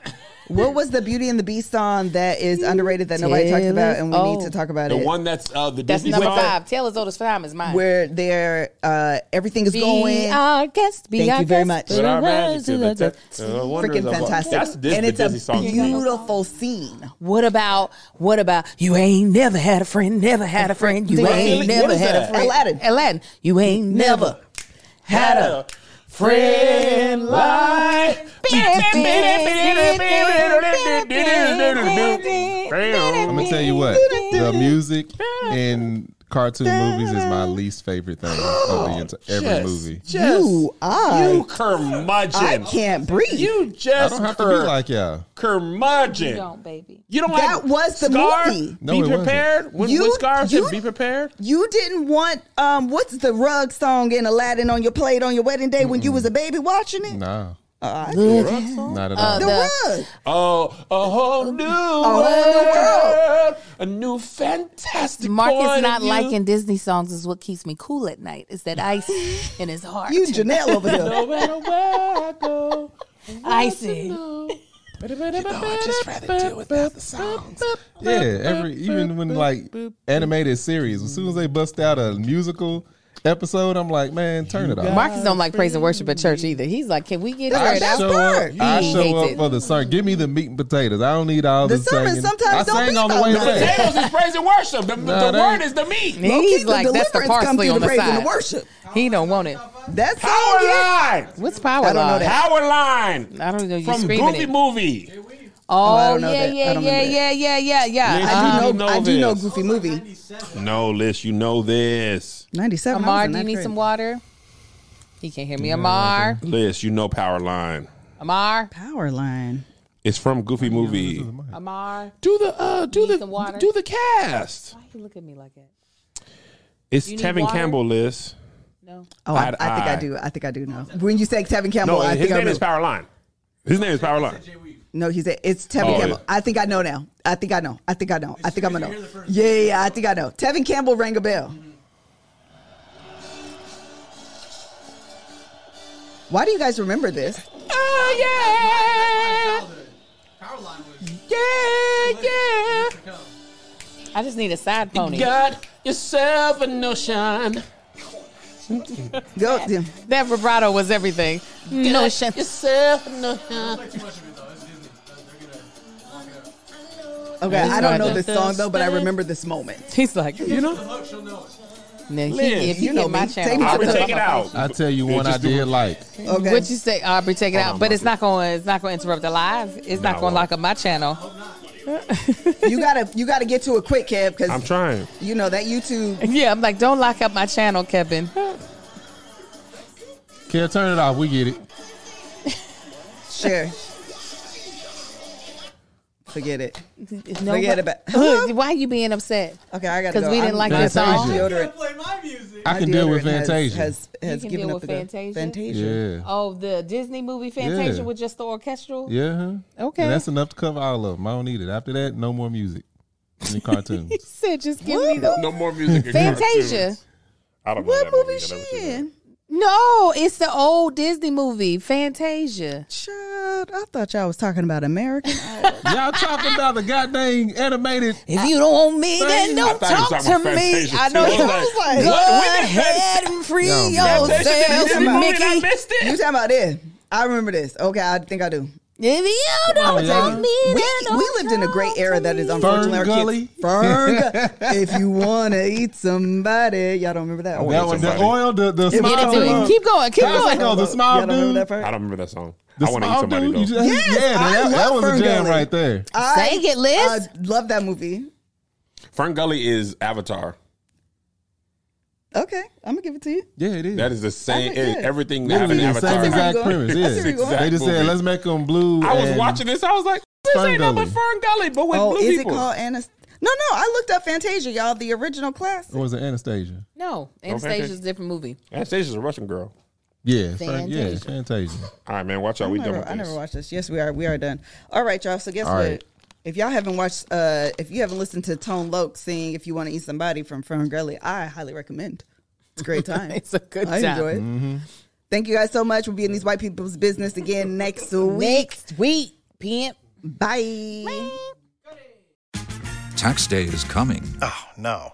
S4: What was the Beauty and the Beast song that is underrated that nobody talks
S1: Tell
S4: about
S1: us-
S4: and we
S1: oh.
S4: need to talk about
S3: The
S4: it?
S3: one that's uh, the
S1: That's
S3: Disney
S1: number
S3: song.
S1: five. Tell us all this time is mine.
S4: where they're uh, everything is
S1: be
S4: going.
S1: our guest. Be
S4: Thank
S1: our
S4: you very
S1: guest.
S4: much.
S1: Put
S3: But our
S1: our
S3: magic
S1: hands
S3: to
S1: to
S3: the
S1: the
S3: touch.
S1: touch.
S3: Uh, wonders
S4: Freaking
S3: of-
S4: fantastic.
S3: That's Dis-
S4: and
S3: the
S4: it's
S3: Disney
S4: a
S3: song.
S4: beautiful scene.
S1: What about what about you ain't never had a friend, never had a friend, you
S3: What?
S1: ain't
S3: What
S1: never
S3: is
S1: had
S3: that?
S1: a friend.
S4: Aladdin.
S1: Aladdin, you ain't never had a friend like
S2: I'm gonna tell you what. The music in cartoon movies is my least favorite thing of the enti- every
S3: Yes.
S2: movie.
S4: You are.
S3: You curmudgeon.
S4: I can't breathe.
S3: You
S2: I
S3: just
S2: don't have to
S3: cur-
S2: be like y'all.
S3: curmudgeon.
S1: Don't, baby.
S3: You don't
S4: That
S3: like
S4: was the
S3: Scar?
S4: movie.
S2: No,
S3: be
S2: it wasn't.
S3: prepared. When,
S4: You-
S3: when Scar said
S4: you-
S3: be prepared.
S4: You didn't want um what's the rug song in Aladdin on your plate on your wedding day when you was a baby watching it?
S2: Nah,
S4: Uh, the
S2: not at all.
S4: rug.
S3: Oh, a whole new
S4: whole new
S3: world. A new fantastic point
S1: Marcus
S3: of
S1: not
S3: view.
S1: liking Disney songs is what keeps me cool at night. Is that ice in his heart?
S4: You Janelle over here.
S3: No matter where I go.
S1: Icy.
S3: I just rather deal without the songs.
S2: Yeah, every even when like animated series, as soon as they bust out a musical episode, I'm like, man, turn it off.
S1: Marcus don't like praise and worship at church either. He's like, can we get
S4: our
S1: her
S4: best
S1: out?
S2: show up,
S4: part.
S2: I
S1: He
S2: show
S1: hates
S2: up
S1: it.
S2: for the sermon. Give me the meat and potatoes. I don't need all
S4: The
S2: this
S4: sermon
S2: singing.
S4: sometimes
S2: I
S4: don't
S2: sang
S4: be
S2: on the
S4: about
S2: way
S4: nothing.
S2: there.
S3: Potatoes is praise and worship. The,
S2: Nah,
S3: the
S2: that
S3: word
S2: ain't-
S3: is the meat.
S1: He's like, that's the
S4: deliverance come
S1: parsley
S4: through
S1: on the
S4: the praise and the
S1: side.
S4: worship.
S1: He don't want it.
S4: That
S3: Power
S4: song, Oh, yeah.
S3: line.
S1: What's power
S4: I don't know
S1: law?
S4: that.
S3: Power line.
S1: I don't know. You're
S3: From
S1: screaming
S3: Goofy
S1: it.
S3: Movie.
S1: Oh,
S4: I don't know
S1: yeah,
S4: that.
S1: yeah,
S4: I don't
S1: yeah,
S4: remember
S1: yeah,
S4: that.
S1: yeah, yeah, yeah,
S3: Liz,
S1: Uh,
S4: I do
S3: You
S4: know,
S3: know
S4: I do know
S3: this.
S4: Goofy movie.
S3: No, Liz, you know this.
S4: Ninety seven.
S1: Amar, do you need some water? He can't hear me. Amar,
S3: Liz, you know Power Line.
S1: Amar,
S4: Power line.
S3: It's from Goofy Movie.
S1: Amar.
S3: Do the uh, do
S1: Need
S3: the
S1: some water?
S3: do the cast.
S1: Why you look at me like that?
S3: It's
S1: You need
S3: Tevin
S1: water?
S3: Campbell, Liz.
S1: No.
S4: Oh, I,
S3: I'd-
S4: I think I
S3: I-
S4: do. I think I do know. When you say Tevin Campbell,
S3: No,
S4: I
S3: his
S4: think I
S3: name
S4: know.
S3: is Power Line. His name is Power Line.
S4: No, he said it's Tevin
S3: Oh,
S4: Campbell.
S3: yeah.
S4: I think I know now. I think I know. I think I know. I think I'm gonna
S8: you
S4: know.
S8: hear the first
S4: Yeah, yeah, yeah, I think I know. Tevin Campbell rang a bell. Why do you guys remember this?
S1: Oh
S8: Childhood. Power line was.
S1: yeah, yeah, yeah.
S8: to come.
S1: I just need a side pony.
S3: Got yourself a notion.
S4: Go, yeah.
S1: That vibrato was everything. No shit.
S3: Yourself a notion.
S8: Play too much of it though. It's Disney. They're gonna lock it up.
S4: Okay, I don't know
S1: right.
S4: this song though, but I remember this moment.
S1: He's like,
S3: You know,
S8: The hook, she'll know it.
S1: nah, he,
S3: Liz,
S1: if he
S4: you know
S1: hit my
S4: me.
S1: channel,
S4: Take me
S1: I'll
S4: to the-
S1: tell
S3: take
S1: him
S3: it out.
S2: I tell you one I
S3: just do-
S2: did like.
S4: Okay.
S1: What you say, Aubrey? Take it
S3: Hold
S1: out,
S3: on,
S1: but it's
S3: Margaret.
S1: not going. to It's not going to interrupt the live. It's
S3: No,
S1: not
S3: it
S1: going
S3: won't.
S1: to lock up my channel.
S4: you gotta you gotta get to it quick, Kev,
S3: I'm
S4: because
S3: trying.
S4: you know that YouTube.
S1: Yeah, I'm like, don't lock up my channel, Kevin.
S2: Kev, turn it off. We get it.
S4: Sure. Forget it.
S1: No,
S4: Forget
S1: but-
S4: about.
S1: Look, why you being upset?
S4: Okay, I gotta
S1: 'Cause
S4: go.
S1: we didn't
S4: I'm-
S1: like
S4: my
S2: that song.
S8: Gotta
S4: Deodorant.
S8: play my music.
S2: I
S4: my
S2: can deal with
S4: deodorant has-
S2: Fantasia.
S4: Has has
S1: can
S4: given
S1: deal
S4: up
S1: with
S4: the
S1: Fantasia?
S4: Fantasia.
S2: Yeah.
S1: Oh, the Disney movie Fantasia
S2: Yeah.
S1: with just the orchestral.
S2: Yeah. huh?
S1: Okay.
S2: And that's enough to cover all of them. I don't need it. After that, no more music. Any cartoons.
S1: Said, just give me the
S3: No more music. in
S1: Fantasia.
S3: cartoons. I don't know
S4: What
S3: that
S4: movie
S3: I
S4: she
S3: never seen that.
S4: in?
S1: No, it's the old Disney movie Fantasia.
S4: Child, I thought y'all was talking about American.
S2: Y'all talking about the goddamn animated.
S1: If you don't want me, then
S2: Thing.
S1: don't
S3: I thought you was
S1: talk to
S3: talking about
S1: me.
S3: Fantasia,
S1: I know
S3: too.
S1: you
S3: I was
S1: was
S4: like,
S1: like, go
S4: what?
S3: When did
S1: ahead and free
S2: Yeah.
S4: Fantasia
S1: yourself,
S4: did that movie
S1: Mickey.
S4: you talking about this? I remember this. Okay, I think I do.
S1: If you
S2: on,
S1: don't
S2: y'all.
S1: want me,
S4: We,
S1: then don't
S4: we lived in a great
S1: talk
S4: era
S1: to
S4: that is
S1: me.
S4: unfortunately our
S2: Fern Gully?
S4: kids. Fern Gu- if you wanna eat somebody, y'all don't remember that. one?
S2: Oh, That was the
S3: somebody.
S2: oil, the, uh, the
S4: Get
S2: small
S4: it to
S1: Dude,
S2: dude.
S1: Keep going, keep
S2: How's it
S1: going.
S2: go? The
S4: Y'all
S2: small
S4: don't remember
S2: dude.
S4: that part?
S3: I don't remember that song.
S2: The
S3: I want to eat
S2: small
S3: somebody
S2: dude.
S3: though.
S2: You just-
S4: Yes,
S2: yeah,
S4: I
S2: that, that
S4: love
S2: was a jam
S4: Ferngully.
S2: right there.
S4: I-
S1: Say it, Liz.
S4: I love that movie.
S3: Fern Gully is Avatar.
S4: Okay, I'm gonna give it to you.
S2: Yeah, it is.
S3: That is the same.
S4: I think,
S3: it-
S4: yeah.
S3: everything that
S2: Literally
S3: happened in
S2: the same
S3: Avatar.
S2: exact
S4: That's
S2: premise.
S4: where we
S2: Yeah.
S4: going.
S2: They just said,
S3: Movie.
S2: let's make them blue.
S3: I was
S2: and-
S3: watching this. I was like, this ain't nothing but
S2: Ferngully.
S3: Fern Gully, but with
S4: oh,
S3: blue
S4: is
S3: people.
S4: it called Anast? No, no, I looked up Fantasia, y'all. The original classic.
S2: Or was it Anastasia?
S1: No, Anastasia's a different movie.
S3: Anastasia's a Russian girl.
S2: Yeah, Fern- yeah,
S1: Fantasia.
S2: Fantasia.
S3: All right, man, watch out. We
S4: I
S3: done with
S4: never, I never
S3: this.
S4: watched this. Yes, we are. We are done. All right, y'all. So guess
S2: All
S4: what?
S2: right.
S4: If y'all haven't watched, uh, if you haven't listened to Tone Loc sing "If You Want to Eat Somebody" from Fern Gully, I highly recommend. It's a great time.
S1: It's a good
S4: I
S1: time.
S4: enjoy it. Thank you guys so much for being these white people's business again next week.
S1: Next week, pimp.
S4: Bye.
S9: Tax day is coming.
S10: Oh, no.